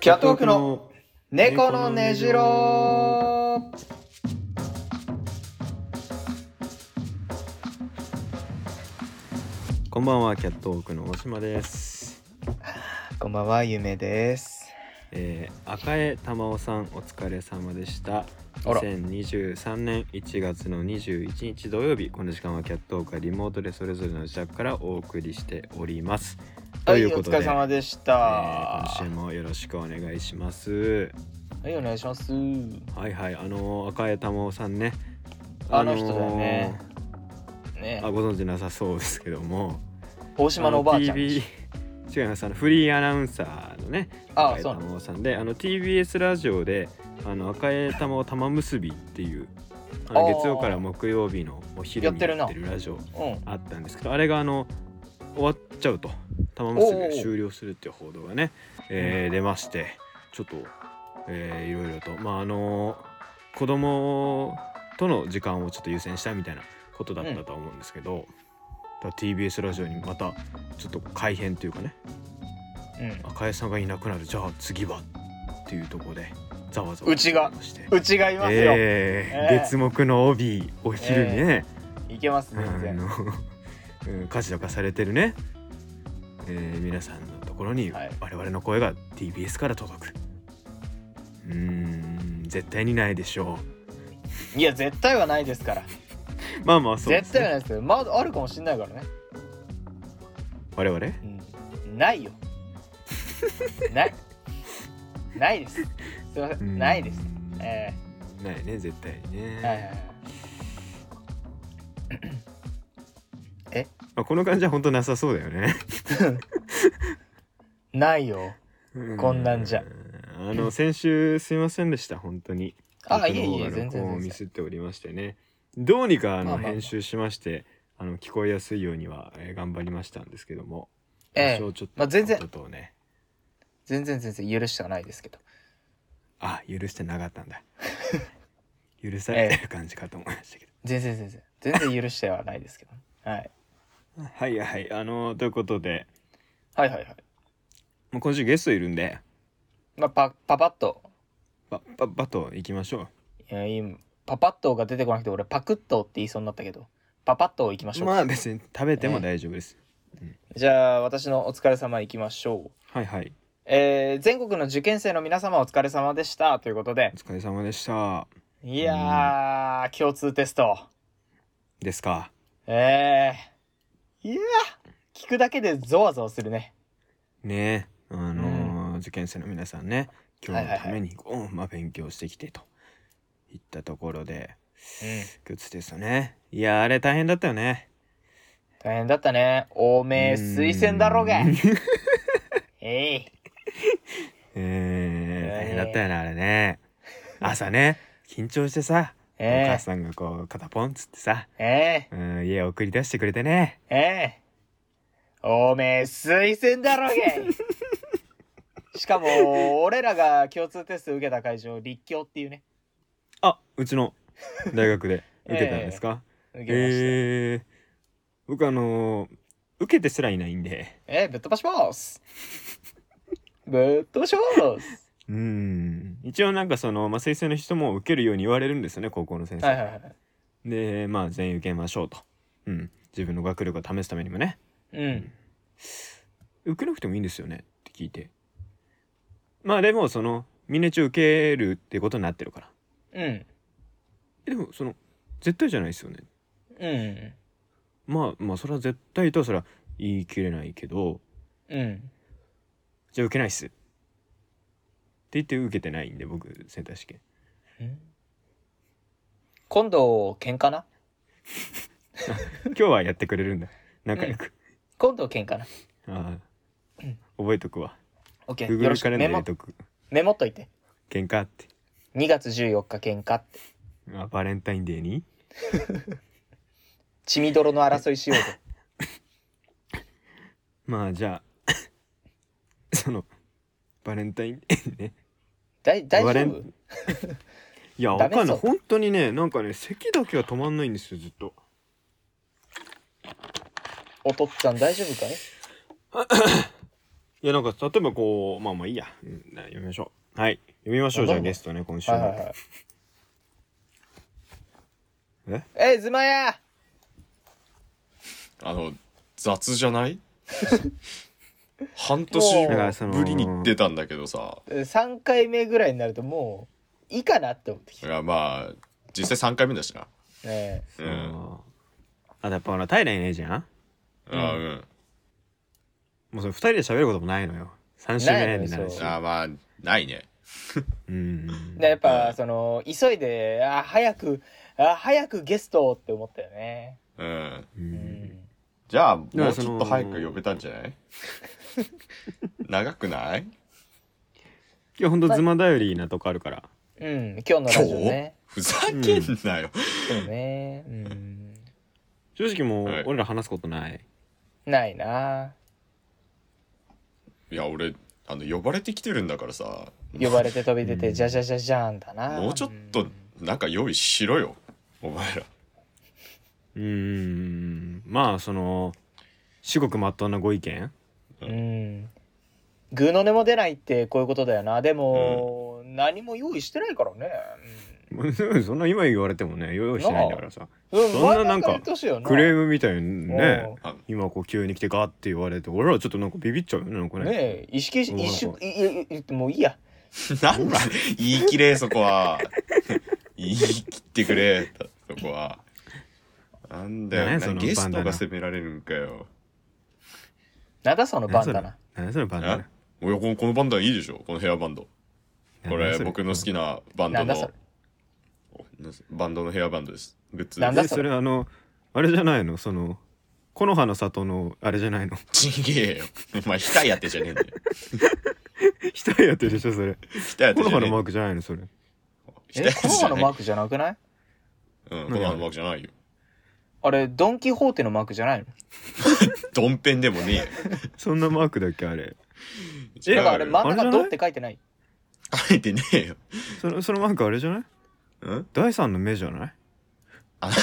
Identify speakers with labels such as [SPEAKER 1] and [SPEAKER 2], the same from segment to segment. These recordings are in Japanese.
[SPEAKER 1] キャットウォークの猫のねじろう
[SPEAKER 2] こんばんはキャットウォークの大島です、
[SPEAKER 1] こんばんは、ゆめです。
[SPEAKER 2] えー、赤江玉緒さんお疲れ様でした
[SPEAKER 1] あら
[SPEAKER 2] 2023年1月の21日土曜日この時間はキャットウォークはリモートでそれぞれの自宅からお送りしております
[SPEAKER 1] は
[SPEAKER 2] とい
[SPEAKER 1] い、
[SPEAKER 2] う
[SPEAKER 1] お
[SPEAKER 2] こと
[SPEAKER 1] 疲
[SPEAKER 2] で、
[SPEAKER 1] れ様でし
[SPEAKER 2] え
[SPEAKER 1] た。
[SPEAKER 2] ー今週もよろしくお願いします
[SPEAKER 1] はい、お願いします。
[SPEAKER 2] はいはいあのー赤江玉緒さんね
[SPEAKER 1] あの人だよね
[SPEAKER 2] あ
[SPEAKER 1] ね
[SPEAKER 2] のーあ、ご存知なさそうですけども
[SPEAKER 1] 大島のおばあちゃん。
[SPEAKER 2] の TV 違いますあのフリーアナウンサーのね
[SPEAKER 1] あ
[SPEAKER 2] 赤、江
[SPEAKER 1] そうなの。
[SPEAKER 2] 珠緒さんであの TBS ラジオで「あの赤江玉緒玉結び」っていうあの
[SPEAKER 1] あー
[SPEAKER 2] 月曜から木曜日のお昼に
[SPEAKER 1] やってるな
[SPEAKER 2] やってるラジオ
[SPEAKER 1] うん。
[SPEAKER 2] あったんですけどあれがあの終わっちゃうと玉結びが終了するっていう報道がね、えー出ましてちょっと、えーいろいろとまああの子供との時間をちょっと優先したみたいなことだったとは思うんですけど、だから TBS ラジオにまたちょっと改変というかね赤江さんがいなくなるじゃあ次はっていうところでざわざわ
[SPEAKER 1] うちが
[SPEAKER 2] してまして
[SPEAKER 1] うん。うちがいますよ。
[SPEAKER 2] え
[SPEAKER 1] え
[SPEAKER 2] ー
[SPEAKER 1] え
[SPEAKER 2] 月木の帯お昼にね、
[SPEAKER 1] いけます、全
[SPEAKER 2] あ
[SPEAKER 1] 然。
[SPEAKER 2] の うん家事とかされてるね、えー皆さんのところに
[SPEAKER 1] はい
[SPEAKER 2] 我々の声が TBS から届く、うーん絶対にないでしょ
[SPEAKER 1] いや、絶対はないですから。
[SPEAKER 2] うまあまあそうで
[SPEAKER 1] 絶
[SPEAKER 2] す、
[SPEAKER 1] 対はな
[SPEAKER 2] ね、
[SPEAKER 1] いですよ。まだあるかもしれないからね。
[SPEAKER 2] 我々
[SPEAKER 1] うん。ない よ。ない。ないです。すみませ
[SPEAKER 2] うん
[SPEAKER 1] ん。ないです。え
[SPEAKER 2] ないね絶対にね、
[SPEAKER 1] えはいはいはい。
[SPEAKER 2] まあ、この感じは本当なさそうだよね
[SPEAKER 1] ないよ。
[SPEAKER 2] う
[SPEAKER 1] こんなんじゃ
[SPEAKER 2] あの先週すいませんでした本当に
[SPEAKER 1] あ、
[SPEAKER 2] 僕
[SPEAKER 1] い
[SPEAKER 2] の
[SPEAKER 1] え
[SPEAKER 2] 方
[SPEAKER 1] い
[SPEAKER 2] が
[SPEAKER 1] え、全然
[SPEAKER 2] 録音を
[SPEAKER 1] 全
[SPEAKER 2] ミ
[SPEAKER 1] 然。
[SPEAKER 2] スっておりましてねどうにかあ
[SPEAKER 1] まあ
[SPEAKER 2] の
[SPEAKER 1] まあまあ
[SPEAKER 2] 編集しましてあの聞こえやすいようには、えー頑張りましたんですけども
[SPEAKER 1] ええ
[SPEAKER 2] 多少ちょっと、
[SPEAKER 1] まあ全然
[SPEAKER 2] ことをね
[SPEAKER 1] 全然全然許してはないですけど。
[SPEAKER 2] あ許してなかった んだ許さ
[SPEAKER 1] え
[SPEAKER 2] れ
[SPEAKER 1] え
[SPEAKER 2] てる感じかと思いましたけど、
[SPEAKER 1] 全然全然。全然許してはないですけど。はい。
[SPEAKER 2] はいはいあのということで
[SPEAKER 1] はいはいはい。
[SPEAKER 2] もう今週ゲストいるんで
[SPEAKER 1] まあ、パ、パパッと。
[SPEAKER 2] バババと行きましょ
[SPEAKER 1] いや、今、パパッとが出てこなくて、俺、パクッとって言いそうになったけど。パパッと行きまし
[SPEAKER 2] う
[SPEAKER 1] ょうか。
[SPEAKER 2] まあ別に食べても大丈夫です、
[SPEAKER 1] じゃあ、私のお疲れ様行きましょう。
[SPEAKER 2] はいはい
[SPEAKER 1] えー、全国の受験生の皆様お疲れ様でした。ということで
[SPEAKER 2] お。疲れ様でした
[SPEAKER 1] いやー、共通テスト。
[SPEAKER 2] ですか
[SPEAKER 1] えー。いやー、聞くだけでゾワゾワするね。
[SPEAKER 2] ねえあのー受験生の皆さんね今日のためにこう、まあ、勉強してきてといったところで
[SPEAKER 1] うん。
[SPEAKER 2] グッズですよねいやあれ大変だったよね
[SPEAKER 1] 大変だったね。おめえ、
[SPEAKER 2] うん
[SPEAKER 1] 推薦だろうが。えい。ね
[SPEAKER 2] えー、大
[SPEAKER 1] え
[SPEAKER 2] 変だったよねあれね朝ね緊張してさ、 お
[SPEAKER 1] え
[SPEAKER 2] 母さんがこう肩ポンっつってさ、
[SPEAKER 1] ええ
[SPEAKER 2] うん、家送り出してくれてね
[SPEAKER 1] えええおめえ、推薦だろう が。しかも、俺らが共通テスト受けた会場、立教っていうね。
[SPEAKER 2] あうちの大学 で受けたんですか、
[SPEAKER 1] 受
[SPEAKER 2] え
[SPEAKER 1] けました。
[SPEAKER 2] えー僕あのー受けてすらいないんで
[SPEAKER 1] ええぶっ飛ばします。 ぶっ飛ばします。
[SPEAKER 2] うん一応なんかその、まあ、推薦の人も受けるように言われるんですよね高校の先生、
[SPEAKER 1] はいはいはい。
[SPEAKER 2] でまあ全員受けましょうと、うん、自分の学力を試すためにもね
[SPEAKER 1] うん。
[SPEAKER 2] 受けなくてもいいんですよねって聞いてまあでもそのみんな一応受けるってことになってるから
[SPEAKER 1] うん。
[SPEAKER 2] えでもその絶対じゃないですよね
[SPEAKER 1] うん。
[SPEAKER 2] まあまあそれは絶対とはそれは言い切れないけど
[SPEAKER 1] うん。
[SPEAKER 2] じゃあ受けないっすって言って受けてないんで僕センター試験
[SPEAKER 1] 今度、喧嘩な
[SPEAKER 2] 今日はやってくれるんだ仲良く、
[SPEAKER 1] 今度、喧嘩な。
[SPEAKER 2] ああ覚えとくわ
[SPEAKER 1] オッケー。よろ
[SPEAKER 2] Google
[SPEAKER 1] しく
[SPEAKER 2] カレンダー
[SPEAKER 1] メ
[SPEAKER 2] 入れ
[SPEAKER 1] モ、
[SPEAKER 2] とく
[SPEAKER 1] メモっといて。
[SPEAKER 2] 喧嘩って
[SPEAKER 1] 2月14日喧嘩って。
[SPEAKER 2] あバレンタインデーに
[SPEAKER 1] 血みどろの争いしようぜ。
[SPEAKER 2] まあじゃあ そのバレンタイン デーにね
[SPEAKER 1] だい大
[SPEAKER 2] バレ
[SPEAKER 1] 丈夫
[SPEAKER 2] ンい
[SPEAKER 1] ダ
[SPEAKER 2] やわ
[SPEAKER 1] メ
[SPEAKER 2] かんない
[SPEAKER 1] そう
[SPEAKER 2] 本当にねなんかね咳だけは止まんないんですよずっと
[SPEAKER 1] おとっつぁん大丈夫かい
[SPEAKER 2] いやなんか例えばこうまあまあいいや、うん、読みましょうはい読みましょうじゃあゲストね今週
[SPEAKER 1] は
[SPEAKER 2] の、
[SPEAKER 1] いはいはい
[SPEAKER 2] え
[SPEAKER 1] えズマヤ
[SPEAKER 3] あの雑じゃ ない半年
[SPEAKER 1] だから
[SPEAKER 2] その
[SPEAKER 3] ぶりに出たんだけどさ
[SPEAKER 1] 3回目ぐらいになるともういいかなって思ってき
[SPEAKER 3] い
[SPEAKER 1] た、
[SPEAKER 3] やまあ実際3回目だしな
[SPEAKER 1] ええ
[SPEAKER 3] うん
[SPEAKER 2] ああとやっぱほら平いねえじゃん
[SPEAKER 3] うんあうん
[SPEAKER 2] もうそれ二人で喋ることもないのよ三週目にな
[SPEAKER 1] ないの
[SPEAKER 2] る
[SPEAKER 1] よ
[SPEAKER 2] し
[SPEAKER 1] そう
[SPEAKER 3] あまあないね
[SPEAKER 2] うん
[SPEAKER 1] でやっぱその急いであ早くあ早くゲストをって思ったよね、
[SPEAKER 3] うん
[SPEAKER 2] う
[SPEAKER 1] うんん、
[SPEAKER 3] じゃあもうち
[SPEAKER 2] らその
[SPEAKER 3] ょっと早く呼べたんじゃ ない長くない
[SPEAKER 2] いやほんと妻頼りなとこあるから
[SPEAKER 1] うん、今日のラジオね
[SPEAKER 3] ふざけんなよ、
[SPEAKER 1] そうね、うん、
[SPEAKER 2] 正直もう
[SPEAKER 3] はい
[SPEAKER 2] 俺ら話すことない
[SPEAKER 1] ないない
[SPEAKER 3] や俺あの呼ばれてきてるんだからさ
[SPEAKER 1] 呼ばれて飛び出
[SPEAKER 2] う
[SPEAKER 1] て
[SPEAKER 2] ん
[SPEAKER 1] じゃじゃじゃじゃんだな
[SPEAKER 3] もうちょっとなんか用意しろよお前ら
[SPEAKER 2] うーんまあその至極まっとうなご意見
[SPEAKER 1] うん、うん、グーの音も出ないってこういうことだよなでも、何も用意してないからね、
[SPEAKER 2] そんな今言われてもね用意してないんだからさ
[SPEAKER 1] うん、
[SPEAKER 2] そんななんかクレー
[SPEAKER 1] ム
[SPEAKER 2] ムみたいにね
[SPEAKER 3] あ
[SPEAKER 2] 今こう急に来てガーって言われて俺らちょっとなんかビビっちゃうよねなんかね
[SPEAKER 1] ねえ意識し
[SPEAKER 2] うん
[SPEAKER 1] 一瞬いいいいもういいや
[SPEAKER 3] なんだ言い切れそこは 言い切ってくれそこはなんだよ
[SPEAKER 2] ね
[SPEAKER 3] な
[SPEAKER 2] その
[SPEAKER 3] ゲス
[SPEAKER 2] バ
[SPEAKER 3] ト
[SPEAKER 2] ンダナ
[SPEAKER 3] が責められるんかよ
[SPEAKER 1] なんだその
[SPEAKER 2] 何
[SPEAKER 1] 番
[SPEAKER 2] そ
[SPEAKER 1] だ
[SPEAKER 2] れ
[SPEAKER 1] な
[SPEAKER 2] 何それバンダ
[SPEAKER 3] えおやこのこのバンドはいいでしょこのヘアバンド
[SPEAKER 2] ナ
[SPEAKER 3] こ
[SPEAKER 2] 何
[SPEAKER 3] れ
[SPEAKER 2] そ
[SPEAKER 3] 僕の好きなバン
[SPEAKER 1] な
[SPEAKER 3] ド
[SPEAKER 1] んだそれ
[SPEAKER 3] のバンドのヘアバンドですグッズ
[SPEAKER 1] なんだ
[SPEAKER 2] えそれあのあれじゃないのその木の葉の里のあれじゃないの
[SPEAKER 3] ちげえよお前額やってんじゃねえんだよ
[SPEAKER 2] 一人やってるでしょそれ
[SPEAKER 3] 額や っ
[SPEAKER 2] 木
[SPEAKER 3] てん
[SPEAKER 2] の葉
[SPEAKER 3] じゃ
[SPEAKER 2] のマー
[SPEAKER 3] ねえ
[SPEAKER 2] クじゃないのそれ
[SPEAKER 1] えコノハのマ
[SPEAKER 3] ー
[SPEAKER 1] ークじゃなくない
[SPEAKER 3] クうんコノハのマークじゃないよ
[SPEAKER 1] あれドン・キホーテのマークじゃないの
[SPEAKER 3] ドンペンでもね
[SPEAKER 2] そんなマークだっけあれ
[SPEAKER 3] えよ
[SPEAKER 1] だからあれ
[SPEAKER 3] 違うよ
[SPEAKER 1] 真ん
[SPEAKER 2] あれじゃ
[SPEAKER 1] 中
[SPEAKER 2] ない
[SPEAKER 1] ドって書いてない
[SPEAKER 3] 書いてねえよ
[SPEAKER 2] そのそのマークあれじゃない
[SPEAKER 3] うん
[SPEAKER 2] 第三の目じゃない
[SPEAKER 1] あれ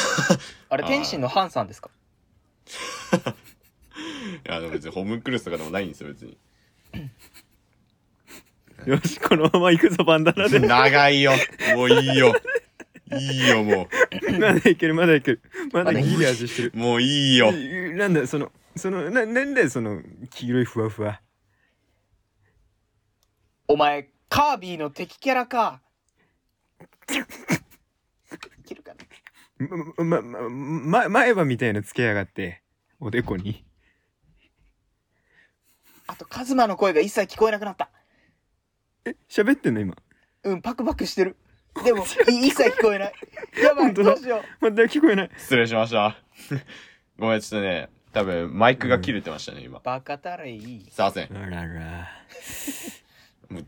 [SPEAKER 3] あー
[SPEAKER 1] 天心のハンさんですか
[SPEAKER 3] いやでも別にホームクルーズとかでもないんですよ別に
[SPEAKER 2] よしこのまま行くぞバンダナで
[SPEAKER 3] 長いよもういいよいいよも
[SPEAKER 2] まだいけるまだいけるまだ
[SPEAKER 1] まだいける
[SPEAKER 2] いい味してる
[SPEAKER 3] うもういいよ
[SPEAKER 2] いなんだそのそのななんだよその黄色いふわふわ
[SPEAKER 1] お前カービィの敵キャラ かいけるかな
[SPEAKER 2] ま、ま、ま、ま前歯みたいなつけやがっておでこに
[SPEAKER 1] あとカズマの声が一切聞こえなくなった
[SPEAKER 2] 喋ってんの今
[SPEAKER 1] うんパクパクしてるでもい一切聞こえないやばい
[SPEAKER 2] 本当
[SPEAKER 1] ど
[SPEAKER 2] だ
[SPEAKER 1] うしよ
[SPEAKER 2] まだ聞こえない
[SPEAKER 3] 失礼しました ごめんちょっとね多分マイクが切れてましたね今
[SPEAKER 1] うバカたれいい
[SPEAKER 3] すいません
[SPEAKER 2] あらら
[SPEAKER 3] もう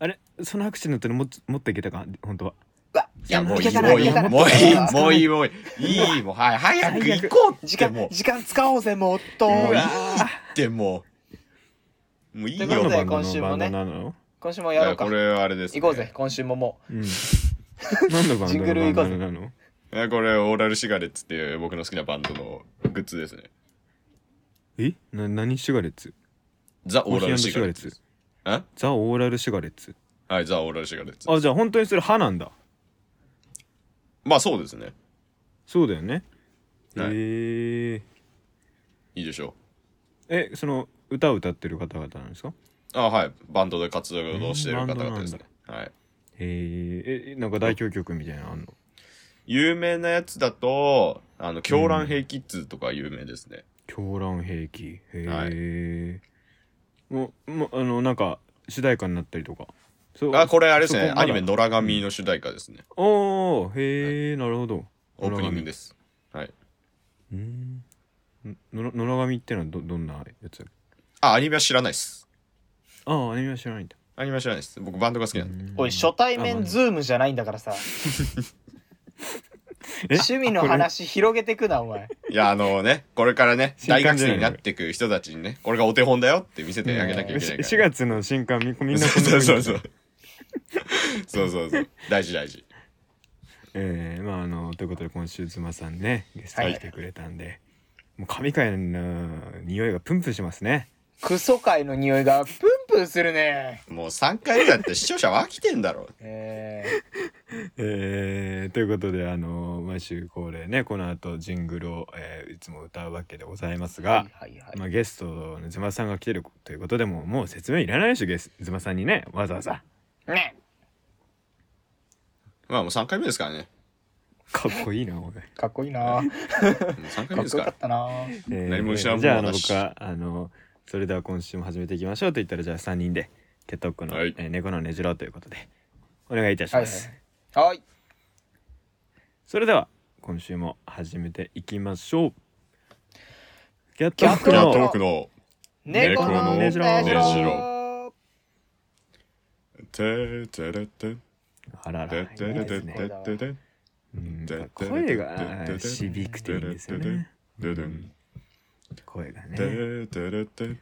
[SPEAKER 2] あれその拍手のってのもっともっといけたか本当は
[SPEAKER 3] いうや
[SPEAKER 1] わ
[SPEAKER 3] もうい
[SPEAKER 1] け
[SPEAKER 3] い
[SPEAKER 1] た
[SPEAKER 3] も
[SPEAKER 1] な
[SPEAKER 3] ういい
[SPEAKER 1] けたな
[SPEAKER 3] もういいもういいもういいいいもうはい早く行こうっ
[SPEAKER 1] 時
[SPEAKER 3] ても
[SPEAKER 1] 間
[SPEAKER 3] う
[SPEAKER 1] 時間使おうぜもっと
[SPEAKER 3] もういいっ
[SPEAKER 2] わ
[SPEAKER 3] てもうもういい
[SPEAKER 1] と
[SPEAKER 3] よ
[SPEAKER 1] いうことで
[SPEAKER 3] だか
[SPEAKER 1] 今週もね
[SPEAKER 2] 何のバンドなの、
[SPEAKER 1] 今週もやろう
[SPEAKER 3] ら
[SPEAKER 1] か
[SPEAKER 3] これはあれですね
[SPEAKER 1] 行こうぜ今週もも
[SPEAKER 2] うん、何のバン
[SPEAKER 1] ジン
[SPEAKER 2] ド
[SPEAKER 1] グル
[SPEAKER 2] の
[SPEAKER 1] 行こ
[SPEAKER 2] バ
[SPEAKER 1] う
[SPEAKER 2] ン
[SPEAKER 1] ぜ
[SPEAKER 2] ドなの
[SPEAKER 3] いやこれオーラルシガレッツっていう僕の好きなバンドのグッズですね
[SPEAKER 2] えな何シガレッツ
[SPEAKER 3] ザ・
[SPEAKER 2] コ
[SPEAKER 3] オ
[SPEAKER 2] ー
[SPEAKER 3] ー
[SPEAKER 2] ヒ
[SPEAKER 3] ラ
[SPEAKER 2] ー
[SPEAKER 3] ル
[SPEAKER 2] シ
[SPEAKER 3] シ
[SPEAKER 2] ガ
[SPEAKER 3] ガ
[SPEAKER 2] レ
[SPEAKER 3] レ
[SPEAKER 2] ッ
[SPEAKER 3] ッ
[SPEAKER 2] ツ
[SPEAKER 3] ツえ
[SPEAKER 2] ザ・オーラルシガレッツ
[SPEAKER 3] はいザ・オーラルシガレッツ
[SPEAKER 2] あじゃあ本当にそれ歯なんだ
[SPEAKER 3] まあそうですね
[SPEAKER 2] そうだよね、
[SPEAKER 3] はい
[SPEAKER 2] へえ
[SPEAKER 3] いいでしょ
[SPEAKER 2] えその歌を歌ってる方々なんですか
[SPEAKER 3] うあはいバンドで活動してる方々ですねはい
[SPEAKER 2] へええなんか代表曲みたいなのあんの
[SPEAKER 3] 有名なやつだとあの狂乱兵キッズとか有名ですね、
[SPEAKER 2] 狂乱兵器へえ、もうもうあのなんか主題歌になったりとかそう
[SPEAKER 3] あこれあれです
[SPEAKER 2] そ
[SPEAKER 3] ね
[SPEAKER 2] こまだ
[SPEAKER 3] アニメ「野良神」の主題歌ですね、
[SPEAKER 2] おおへえ、なるほど
[SPEAKER 3] オープニングですはい
[SPEAKER 2] 野良神うーんのの野良神ってのはどどんなやつだっけ
[SPEAKER 3] あアニメは知らないです
[SPEAKER 2] ああアニメは知らないんだ
[SPEAKER 3] アニメは知らないです僕バンドが好きなんで、
[SPEAKER 1] うおい初対面ズームじゃないんだからさ
[SPEAKER 2] え
[SPEAKER 1] 趣味の話広げてくなお前
[SPEAKER 3] いやあのねこれからね
[SPEAKER 2] 新
[SPEAKER 3] 大
[SPEAKER 2] 刊
[SPEAKER 3] 学
[SPEAKER 2] じゃな
[SPEAKER 3] 生
[SPEAKER 2] い
[SPEAKER 3] になってく人たちにねこれがお手本だよって見せてあげなきゃいけないから、
[SPEAKER 2] 4月の新刊みみんな
[SPEAKER 3] そ
[SPEAKER 2] こ
[SPEAKER 3] うん
[SPEAKER 2] な
[SPEAKER 3] そう
[SPEAKER 2] 風に
[SPEAKER 3] そうそうそうそうそう大事大事
[SPEAKER 2] ええまああのということで今週妻さんねゲストに来てくれたんで、もう神回の匂いがプンプンしますね
[SPEAKER 1] クソ界の匂いがプンプンするね。
[SPEAKER 3] もう3回目だって視聴者は飽きてんだろ。
[SPEAKER 1] え
[SPEAKER 2] えーということであの毎週恒例ねこの後ジングルを、えーいつも歌うわけでございます
[SPEAKER 1] ー、
[SPEAKER 2] が、
[SPEAKER 1] はいはいはい。
[SPEAKER 2] まあ、ゲストのズマさんが来てるということでもうもう説明いらないでしょゲスズマさんにねわざわざ
[SPEAKER 1] ね
[SPEAKER 3] まあもう3回目ですからね。
[SPEAKER 2] かっこいいなおい、
[SPEAKER 1] かっこいいな。
[SPEAKER 3] もう3回
[SPEAKER 1] か
[SPEAKER 3] 目
[SPEAKER 1] っ
[SPEAKER 3] です
[SPEAKER 1] こよから
[SPEAKER 3] か
[SPEAKER 1] っ。たな。
[SPEAKER 2] えー
[SPEAKER 3] 何も知らんもん
[SPEAKER 2] じゃああの
[SPEAKER 3] 私
[SPEAKER 2] 僕はあのそれでは今週も始めていきましょうと言ったらじゃあ3人でケトックの、
[SPEAKER 3] はい
[SPEAKER 2] えー猫のねじろうということでお願いいたし
[SPEAKER 1] は
[SPEAKER 2] ま
[SPEAKER 1] い
[SPEAKER 2] す、
[SPEAKER 1] はい。はい。
[SPEAKER 2] それでは今週も始めていきましょうキャッ
[SPEAKER 1] キャッ
[SPEAKER 2] ト
[SPEAKER 1] ト
[SPEAKER 3] じ
[SPEAKER 1] の
[SPEAKER 3] ゃあ
[SPEAKER 2] の
[SPEAKER 3] トークの
[SPEAKER 1] 猫の
[SPEAKER 2] ね
[SPEAKER 1] ね
[SPEAKER 2] じ
[SPEAKER 1] じ
[SPEAKER 2] ろ
[SPEAKER 1] ろ
[SPEAKER 2] う
[SPEAKER 1] う。
[SPEAKER 3] ててれて
[SPEAKER 2] あらら
[SPEAKER 3] て
[SPEAKER 2] い
[SPEAKER 3] て
[SPEAKER 2] い
[SPEAKER 3] れ
[SPEAKER 2] で
[SPEAKER 3] て
[SPEAKER 2] すね
[SPEAKER 3] ててて
[SPEAKER 2] うんやっぱ声が響くていいんですよね
[SPEAKER 3] ででん
[SPEAKER 2] 声がね
[SPEAKER 3] ててれて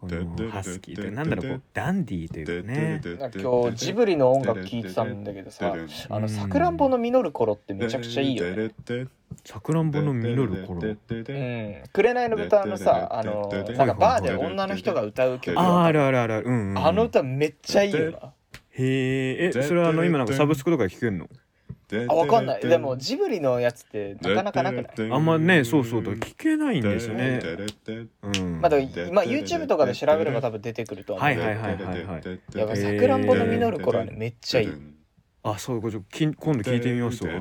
[SPEAKER 2] このハスキーというなんだろうこうダンディーというかね
[SPEAKER 1] なんか今日ジブリの音楽聴いてたんだけどさ、あのさくらんぼの実る頃ってめちゃくちゃいいよね。
[SPEAKER 3] ね。
[SPEAKER 2] さくらんぼの実る頃
[SPEAKER 1] うん、紅の豚のさ、あの、なんかバーで女の人が歌う曲
[SPEAKER 2] あ
[SPEAKER 1] が
[SPEAKER 2] あ
[SPEAKER 1] あ
[SPEAKER 2] あ
[SPEAKER 1] る
[SPEAKER 2] るあるあるうん、うん、
[SPEAKER 1] あの歌めっちゃいいよな。
[SPEAKER 2] へーえそれはあの今なんかサブスクとかで聴けんの
[SPEAKER 1] あ、わかんない。でもジブリのやつってなかなかなくない。
[SPEAKER 2] あんまねそうそうだ聴けないんですよねうん
[SPEAKER 1] まあ、だから今 YouTube とかで調べれば多分出てくると思う。
[SPEAKER 2] はいはいはいはいはい
[SPEAKER 1] やっぱ
[SPEAKER 2] え
[SPEAKER 1] さ
[SPEAKER 2] ー
[SPEAKER 1] くらんぼの実る頃はね、めっちゃいい。うん。
[SPEAKER 2] あそうこれちょっときん今度聞いてみますわ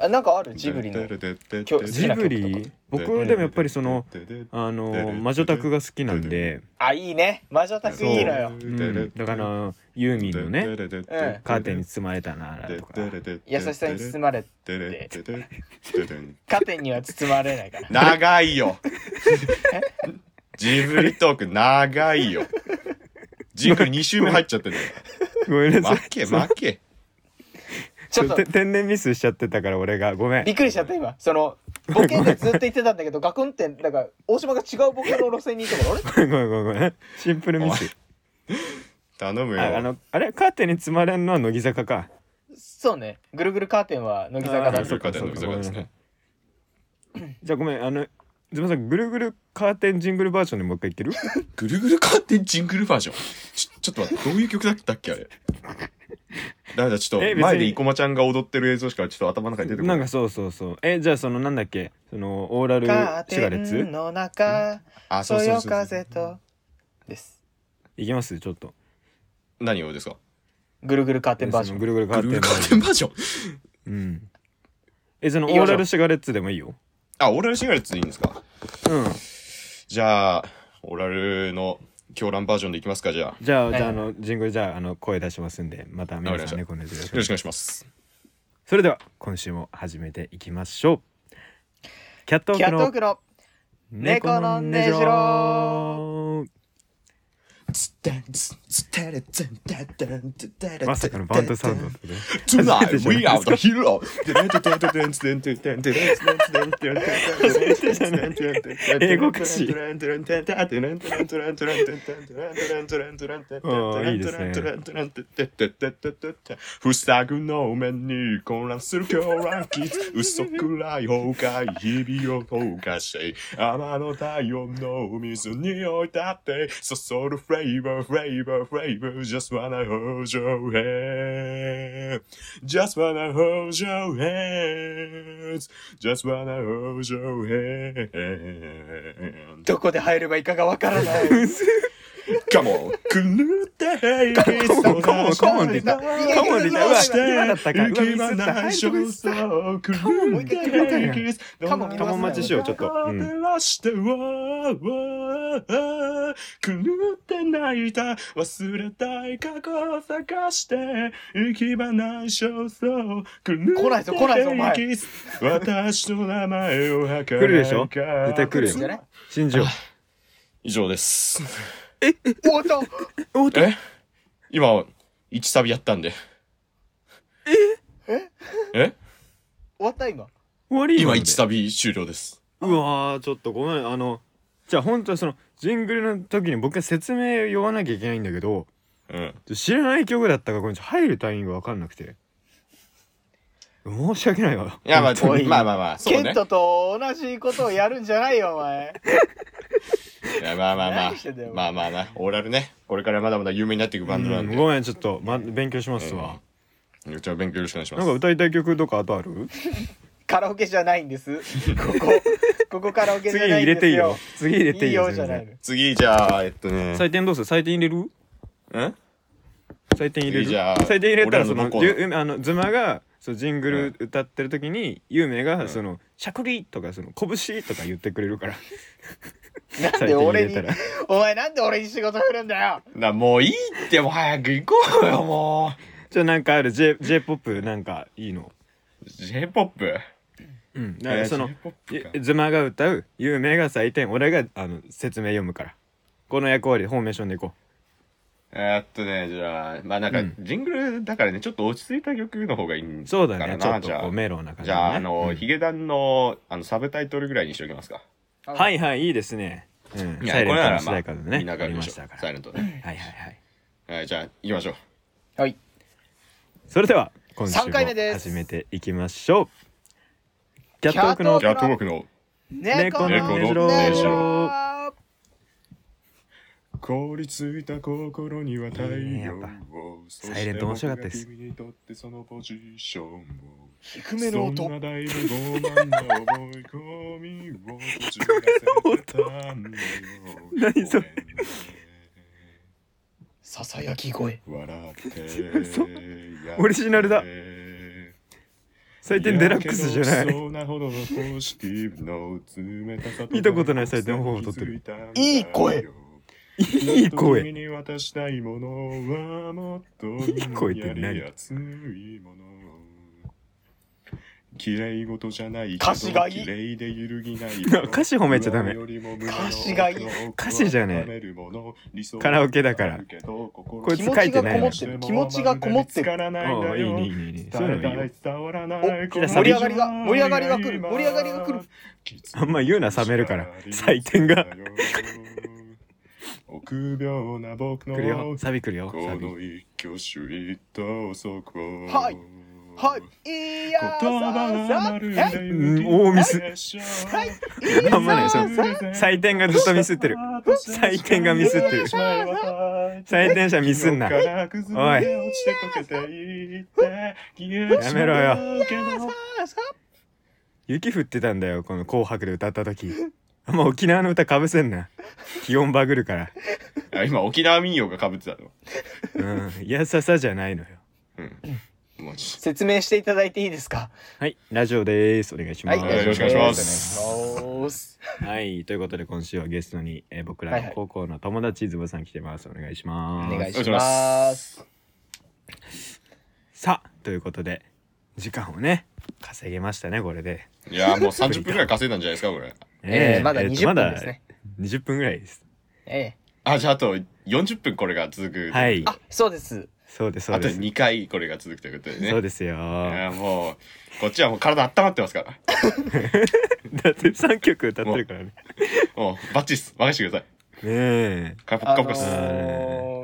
[SPEAKER 1] あなんかあるジブリの。今日好
[SPEAKER 2] ジ
[SPEAKER 1] きな
[SPEAKER 2] ブ
[SPEAKER 1] 曲と
[SPEAKER 2] リ
[SPEAKER 1] か。
[SPEAKER 2] 僕でもやっぱりそのあの魔女宅が好きなんで
[SPEAKER 1] あ、いいね。魔女宅いいのよ。
[SPEAKER 2] うんだからあのユーミンのね「カーテンに包まれたな」とか
[SPEAKER 1] 優しさに包まれて、カーテンには包まれないから。
[SPEAKER 3] 長 いよジブリトーク長いよジブリ2周目入っちゃってる
[SPEAKER 2] ごめんなさい
[SPEAKER 3] 負け負け
[SPEAKER 1] ちょっと
[SPEAKER 2] て天然ミスしちゃってたから俺がごめん
[SPEAKER 1] びっくりしちゃった今。その、ボケでずっと言ってたんだけど、ガクンって、なんか、大島が違うボケの路線に行ったから、あれ
[SPEAKER 2] ごめんごめんごめんシンプルミス
[SPEAKER 3] 頼むよ
[SPEAKER 2] ああのあれカーテンに積まれんのは乃木坂か
[SPEAKER 1] そうね。ぐるぐるカーテンは乃木坂
[SPEAKER 2] あ
[SPEAKER 1] だ
[SPEAKER 2] ーそっ
[SPEAKER 1] ね。
[SPEAKER 2] かそっ
[SPEAKER 3] 乃
[SPEAKER 2] か
[SPEAKER 3] 木坂
[SPEAKER 2] ごめん
[SPEAKER 3] で
[SPEAKER 2] な
[SPEAKER 3] す
[SPEAKER 2] さい
[SPEAKER 3] ね
[SPEAKER 2] じゃあごめんあのズムさんぐるぐるカーテンジングルバージョンでもう一回いける
[SPEAKER 3] ぐるぐるカーテンジングルバージョンちょちょっと待ってどういう曲だったっけあれダメだちょっ
[SPEAKER 2] え別に
[SPEAKER 3] と前で生駒ちゃんが踊ってる映像しかちょっと頭の中に出てこな
[SPEAKER 2] ないんかそうそうそうえじゃあそのなんだっけそのオーラル
[SPEAKER 1] カー
[SPEAKER 2] シガレ
[SPEAKER 1] テン
[SPEAKER 2] ツ
[SPEAKER 1] の中、
[SPEAKER 3] あそ
[SPEAKER 1] そう
[SPEAKER 3] そう
[SPEAKER 1] よ
[SPEAKER 3] そうそう
[SPEAKER 1] 風と、です。
[SPEAKER 2] いきますちょっと
[SPEAKER 3] 何をですか
[SPEAKER 1] ぐるぐるカーテンバージョ
[SPEAKER 2] その
[SPEAKER 1] ン。
[SPEAKER 2] ぐるぐるカー
[SPEAKER 3] ぐ
[SPEAKER 2] テ
[SPEAKER 3] る
[SPEAKER 2] ン
[SPEAKER 3] ぐ
[SPEAKER 2] バ
[SPEAKER 3] る
[SPEAKER 2] ー
[SPEAKER 3] カー
[SPEAKER 2] ジ
[SPEAKER 3] テ
[SPEAKER 2] ョ
[SPEAKER 3] ン
[SPEAKER 2] ン
[SPEAKER 3] バージョン
[SPEAKER 2] うんえそのオ
[SPEAKER 1] いきま
[SPEAKER 2] ー
[SPEAKER 1] しょう
[SPEAKER 2] ラルシガレッツでもいいよ
[SPEAKER 3] あオーラルシガレッツでいいんですか
[SPEAKER 2] うん
[SPEAKER 3] じゃあオーラルの狂乱バージョンでいきますかじゃあよ
[SPEAKER 2] じゃあ、
[SPEAKER 1] はい
[SPEAKER 2] じゃあ、あの、ジングル、じゃあ、あの、声出しますんで、また皆さんね、
[SPEAKER 3] わ
[SPEAKER 2] このよろしくお願
[SPEAKER 3] ろ
[SPEAKER 2] い
[SPEAKER 3] しく
[SPEAKER 2] しま
[SPEAKER 3] お願い
[SPEAKER 2] す。
[SPEAKER 3] します
[SPEAKER 2] それでは、今週も始めていきましょう。キャットオ
[SPEAKER 1] キ
[SPEAKER 2] ー
[SPEAKER 1] ャ
[SPEAKER 2] ク
[SPEAKER 1] ットオー
[SPEAKER 2] の
[SPEAKER 1] クの、
[SPEAKER 2] 猫のねじ
[SPEAKER 1] 猫の
[SPEAKER 2] ろう。まさかのバンドサウンド だね。
[SPEAKER 3] Tonight we are the hero!
[SPEAKER 2] 英語歌 詞ーいい
[SPEAKER 3] 不作の面に混乱する狂乱キッズ嘘くらい崩壊日々を溶かし天の太陽の水に置いたってそそるフレーバーフレーバーフレーバー just wanna hold your hand Just wanna hold your hands. Just wanna hold your hand.
[SPEAKER 1] どこで入ればいいかがわから ない。
[SPEAKER 3] Come on! 狂って平気そうな
[SPEAKER 2] Come on, come on, come on 出た
[SPEAKER 1] Come on 出たうわ
[SPEAKER 2] 今だ
[SPEAKER 3] し
[SPEAKER 2] った
[SPEAKER 3] て
[SPEAKER 2] かうわ
[SPEAKER 3] 行き場ないションさ狂って平気
[SPEAKER 1] カモンカモン待ち
[SPEAKER 2] しようちょっとうん
[SPEAKER 3] 照らしてわーわー狂って泣いた忘れたい過去を探して行き場ない焦燥
[SPEAKER 1] 来ないぞ来ないぞお前
[SPEAKER 3] 私の名前を吐かないか
[SPEAKER 2] 来るでしょ絶対来る
[SPEAKER 1] じゃな
[SPEAKER 2] よ
[SPEAKER 1] い。
[SPEAKER 2] 信じよう。
[SPEAKER 3] 以上です
[SPEAKER 1] おっと
[SPEAKER 3] え今1サビやったんで
[SPEAKER 1] え
[SPEAKER 3] え
[SPEAKER 1] 終わった今。
[SPEAKER 2] 終わり
[SPEAKER 3] 今
[SPEAKER 2] ので
[SPEAKER 3] 1サビ終了です
[SPEAKER 2] うわー、ちょっとごめん。あの、じゃあ、本当はその、ジングルの時に僕が説明を言わなきゃいけないんだけど、
[SPEAKER 3] うん
[SPEAKER 2] 知らない曲だったから、ごめん。入るタイミングわかんなくて。申し訳ないわ
[SPEAKER 3] いやまあ
[SPEAKER 2] 本当に
[SPEAKER 3] まあまあまあそう
[SPEAKER 1] ケ
[SPEAKER 3] ね
[SPEAKER 1] ントと同じことをやるんじゃないよお前
[SPEAKER 3] いやまあまあまあ
[SPEAKER 1] 何してんだよ
[SPEAKER 3] まあまあまあオーラルねこれからまだまだ有名になっていくバンドなん
[SPEAKER 2] うん
[SPEAKER 3] で
[SPEAKER 2] ごめんちょっと、ま、勉強しますわ、
[SPEAKER 3] うちは勉強よろしくお願いしま
[SPEAKER 2] なん
[SPEAKER 3] す
[SPEAKER 2] か歌いたい曲とかあとある
[SPEAKER 1] カラオケじゃないんですここここカラオケじ
[SPEAKER 2] 次
[SPEAKER 1] ゃない
[SPEAKER 2] 入
[SPEAKER 1] ん
[SPEAKER 2] れ
[SPEAKER 1] です
[SPEAKER 2] ていい
[SPEAKER 1] よ
[SPEAKER 2] よ次入れていいよ
[SPEAKER 1] いいよじゃないの
[SPEAKER 3] 次じゃあえっとね
[SPEAKER 2] 採点どうする採点入れる
[SPEAKER 3] ん
[SPEAKER 2] 採点入れる
[SPEAKER 3] 次じゃあ
[SPEAKER 2] 採点入れたらそ
[SPEAKER 3] 俺
[SPEAKER 2] の
[SPEAKER 3] らの母校
[SPEAKER 2] ゆうあのズマがそのジングル歌ってる時にゆうめがその「しゃくり」とかその「拳」とか言ってくれるから
[SPEAKER 1] な んで俺にお前なんで俺に仕事振るんだよ
[SPEAKER 3] なもういいってもう早く行こうよも
[SPEAKER 2] じゃあなんかある J j p o p なんかいいの
[SPEAKER 3] う J-POP
[SPEAKER 2] うんだからその
[SPEAKER 3] J-POP か
[SPEAKER 2] ゆズマが歌う有名が採点俺があの説明読むからこの役割フォーメーションでいこ
[SPEAKER 3] えーっとねじゃあまあな
[SPEAKER 2] う
[SPEAKER 3] んか
[SPEAKER 2] ん
[SPEAKER 3] ジングルだからねちょっと落ち着いた曲の方がいいん
[SPEAKER 2] うそうだ
[SPEAKER 3] か
[SPEAKER 2] ね
[SPEAKER 3] らな
[SPEAKER 2] ちょっ
[SPEAKER 3] じ
[SPEAKER 2] と
[SPEAKER 3] ゃ
[SPEAKER 2] こ
[SPEAKER 3] あ
[SPEAKER 2] うメロウな感じ
[SPEAKER 3] じ
[SPEAKER 2] のね
[SPEAKER 3] ゃああの
[SPEAKER 2] うん
[SPEAKER 3] ヒゲダンのあのサブタイトルぐらいにしておきますか
[SPEAKER 2] はいはいいいですねうん
[SPEAKER 3] いや
[SPEAKER 2] サイレ
[SPEAKER 3] こ
[SPEAKER 2] ント
[SPEAKER 3] れな
[SPEAKER 2] の
[SPEAKER 3] ら
[SPEAKER 2] 主
[SPEAKER 3] まあ
[SPEAKER 2] 題歌でもね
[SPEAKER 3] みんなが
[SPEAKER 2] あ
[SPEAKER 3] ある
[SPEAKER 2] り
[SPEAKER 3] で
[SPEAKER 2] ま
[SPEAKER 3] し
[SPEAKER 2] し
[SPEAKER 3] ょ
[SPEAKER 2] たから
[SPEAKER 3] サ
[SPEAKER 2] は
[SPEAKER 3] イ
[SPEAKER 2] い
[SPEAKER 3] レントね
[SPEAKER 2] はいはい
[SPEAKER 3] はいじゃあ行きましょう
[SPEAKER 1] はい
[SPEAKER 2] それでは今週も
[SPEAKER 1] 三回目です
[SPEAKER 2] 始めていきましょうキャットウォークの
[SPEAKER 1] キャットウォー
[SPEAKER 3] クの
[SPEAKER 1] 猫
[SPEAKER 3] 猫
[SPEAKER 1] の
[SPEAKER 3] の
[SPEAKER 1] ね
[SPEAKER 3] ね
[SPEAKER 1] じ
[SPEAKER 3] じ
[SPEAKER 1] ろ
[SPEAKER 3] ろ
[SPEAKER 1] う
[SPEAKER 3] 凍りついた心には太
[SPEAKER 2] いいねや
[SPEAKER 3] 陽
[SPEAKER 2] っぱ
[SPEAKER 3] を
[SPEAKER 2] サイレント面白かったです
[SPEAKER 3] そして僕が君にとってそのポジションを
[SPEAKER 1] 低めの
[SPEAKER 3] そ
[SPEAKER 1] 音
[SPEAKER 3] んなだいぶ傲慢な思い込みをこじらせてたんだよ
[SPEAKER 2] 何それ
[SPEAKER 1] ささやき声
[SPEAKER 3] ごめんね笑って
[SPEAKER 2] 嘘
[SPEAKER 3] やって
[SPEAKER 2] オリジナルだ採点デラックスじゃない
[SPEAKER 3] やけどそんなほどのポジティブの冷たさ
[SPEAKER 2] 見たことない採点方法を取ってる
[SPEAKER 1] いい声
[SPEAKER 2] いい声
[SPEAKER 3] 君に渡したいものはもっと
[SPEAKER 2] いい声って何
[SPEAKER 3] やりやついもの綺麗事じゃない
[SPEAKER 1] 歌詞がいい
[SPEAKER 3] 綺麗で揺るぎない
[SPEAKER 2] 歌詞褒めちゃダメ
[SPEAKER 1] 歌詞がいい
[SPEAKER 2] 歌詞じゃね
[SPEAKER 3] え
[SPEAKER 2] カラオケだから
[SPEAKER 3] こ
[SPEAKER 2] こいつ書いてないの
[SPEAKER 1] 気持ちがこもってる気持ちがこもってる
[SPEAKER 2] ああいいねいいねいいねそういうのいいよ
[SPEAKER 1] お盛り上がりが盛り上がりが来る盛り上がりが来る
[SPEAKER 2] あんま言うな冷めるから採点が
[SPEAKER 3] 臆病な僕の
[SPEAKER 2] 来るよサビ来るよ
[SPEAKER 3] こ
[SPEAKER 2] サビ
[SPEAKER 3] の一挙手一投足を
[SPEAKER 1] はいはいいやー
[SPEAKER 3] 言葉
[SPEAKER 1] さ
[SPEAKER 3] が
[SPEAKER 1] さ
[SPEAKER 3] まるで
[SPEAKER 1] え
[SPEAKER 2] うん大ミス
[SPEAKER 1] はい
[SPEAKER 2] あんまないその採
[SPEAKER 3] 採
[SPEAKER 2] 点がずっとミスってる採点がミスってる採点者ミスんなおいやめろよ
[SPEAKER 1] さ
[SPEAKER 2] 雪降ってたんだよこの「紅白」で歌った時あんま沖縄の歌かぶせんな気温バグるから
[SPEAKER 3] あ今沖縄民謡がかぶってたの
[SPEAKER 2] うん優しさじゃないのよ
[SPEAKER 3] もうち
[SPEAKER 1] 説明していただいていいですか
[SPEAKER 2] はいラジオですお願いしま
[SPEAKER 1] は
[SPEAKER 2] す
[SPEAKER 1] い
[SPEAKER 3] よろしくお願いします
[SPEAKER 1] お願いします
[SPEAKER 2] はいということで今週はゲストに、えー僕らの高校の友達ズボさん来てますお願いし
[SPEAKER 1] お
[SPEAKER 2] ます
[SPEAKER 1] 願い
[SPEAKER 3] お願い
[SPEAKER 1] し
[SPEAKER 3] し
[SPEAKER 1] ま
[SPEAKER 3] ます
[SPEAKER 2] さあということで時間をね稼げましたねこれで
[SPEAKER 3] いやもう30分ぐらい稼いだんじゃないですかこれ
[SPEAKER 1] え
[SPEAKER 2] え
[SPEAKER 1] ー
[SPEAKER 2] ー
[SPEAKER 1] まだ
[SPEAKER 2] えーと
[SPEAKER 1] 20分ですね
[SPEAKER 2] まだ20分ぐらいです
[SPEAKER 1] ええ
[SPEAKER 3] あじゃああと40分これが続く
[SPEAKER 2] はい
[SPEAKER 1] あそうです
[SPEAKER 2] そうですそう
[SPEAKER 3] あと
[SPEAKER 2] です
[SPEAKER 3] 2回これが続くということでね
[SPEAKER 2] そうですよ
[SPEAKER 3] いやもうこっちはもう体温まってますから
[SPEAKER 2] だって3曲歌ってるからねね
[SPEAKER 3] もうバッチリです任せてください
[SPEAKER 2] え
[SPEAKER 3] カポ
[SPEAKER 1] あ
[SPEAKER 3] ッカ
[SPEAKER 1] の
[SPEAKER 3] ポッカです、
[SPEAKER 2] はいは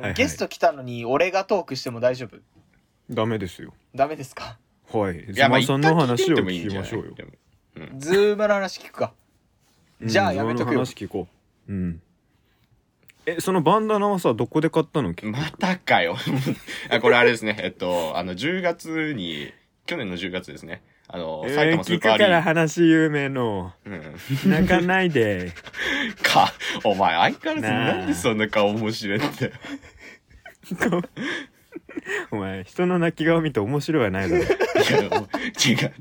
[SPEAKER 1] ー
[SPEAKER 2] い
[SPEAKER 1] ゲスト来たのに俺がトークしても大丈夫
[SPEAKER 2] ダメですよ
[SPEAKER 1] ダメですか
[SPEAKER 2] はい
[SPEAKER 3] いやまあ
[SPEAKER 2] ズ
[SPEAKER 3] 一
[SPEAKER 2] マ
[SPEAKER 3] 旦
[SPEAKER 2] さんの
[SPEAKER 3] 聞いて
[SPEAKER 2] 話を
[SPEAKER 3] みてもいいん
[SPEAKER 2] 聞き
[SPEAKER 3] じゃ
[SPEAKER 2] ま
[SPEAKER 3] ない
[SPEAKER 2] しょうよ
[SPEAKER 3] でも
[SPEAKER 1] ズームの話聞くかじゃあ
[SPEAKER 2] うん
[SPEAKER 1] やめとくよ
[SPEAKER 2] ズマの話聞こううんえそのバンダナはさどこで買ったの
[SPEAKER 3] またかよ あこれあれですねえっとあの10月に去年の10月ですねあの、
[SPEAKER 2] えー
[SPEAKER 3] 埼玉ス
[SPEAKER 2] 聞
[SPEAKER 3] ー
[SPEAKER 2] く
[SPEAKER 3] パーア
[SPEAKER 2] か
[SPEAKER 3] リ
[SPEAKER 2] ら
[SPEAKER 3] ーグ
[SPEAKER 2] 話有名の
[SPEAKER 3] うん
[SPEAKER 2] 泣かないで
[SPEAKER 3] かお前相変わら
[SPEAKER 2] なあ
[SPEAKER 3] ずなんでそんな顔面白いって
[SPEAKER 2] お前人の泣き顔見て面白いはないだろ
[SPEAKER 3] いやもう違う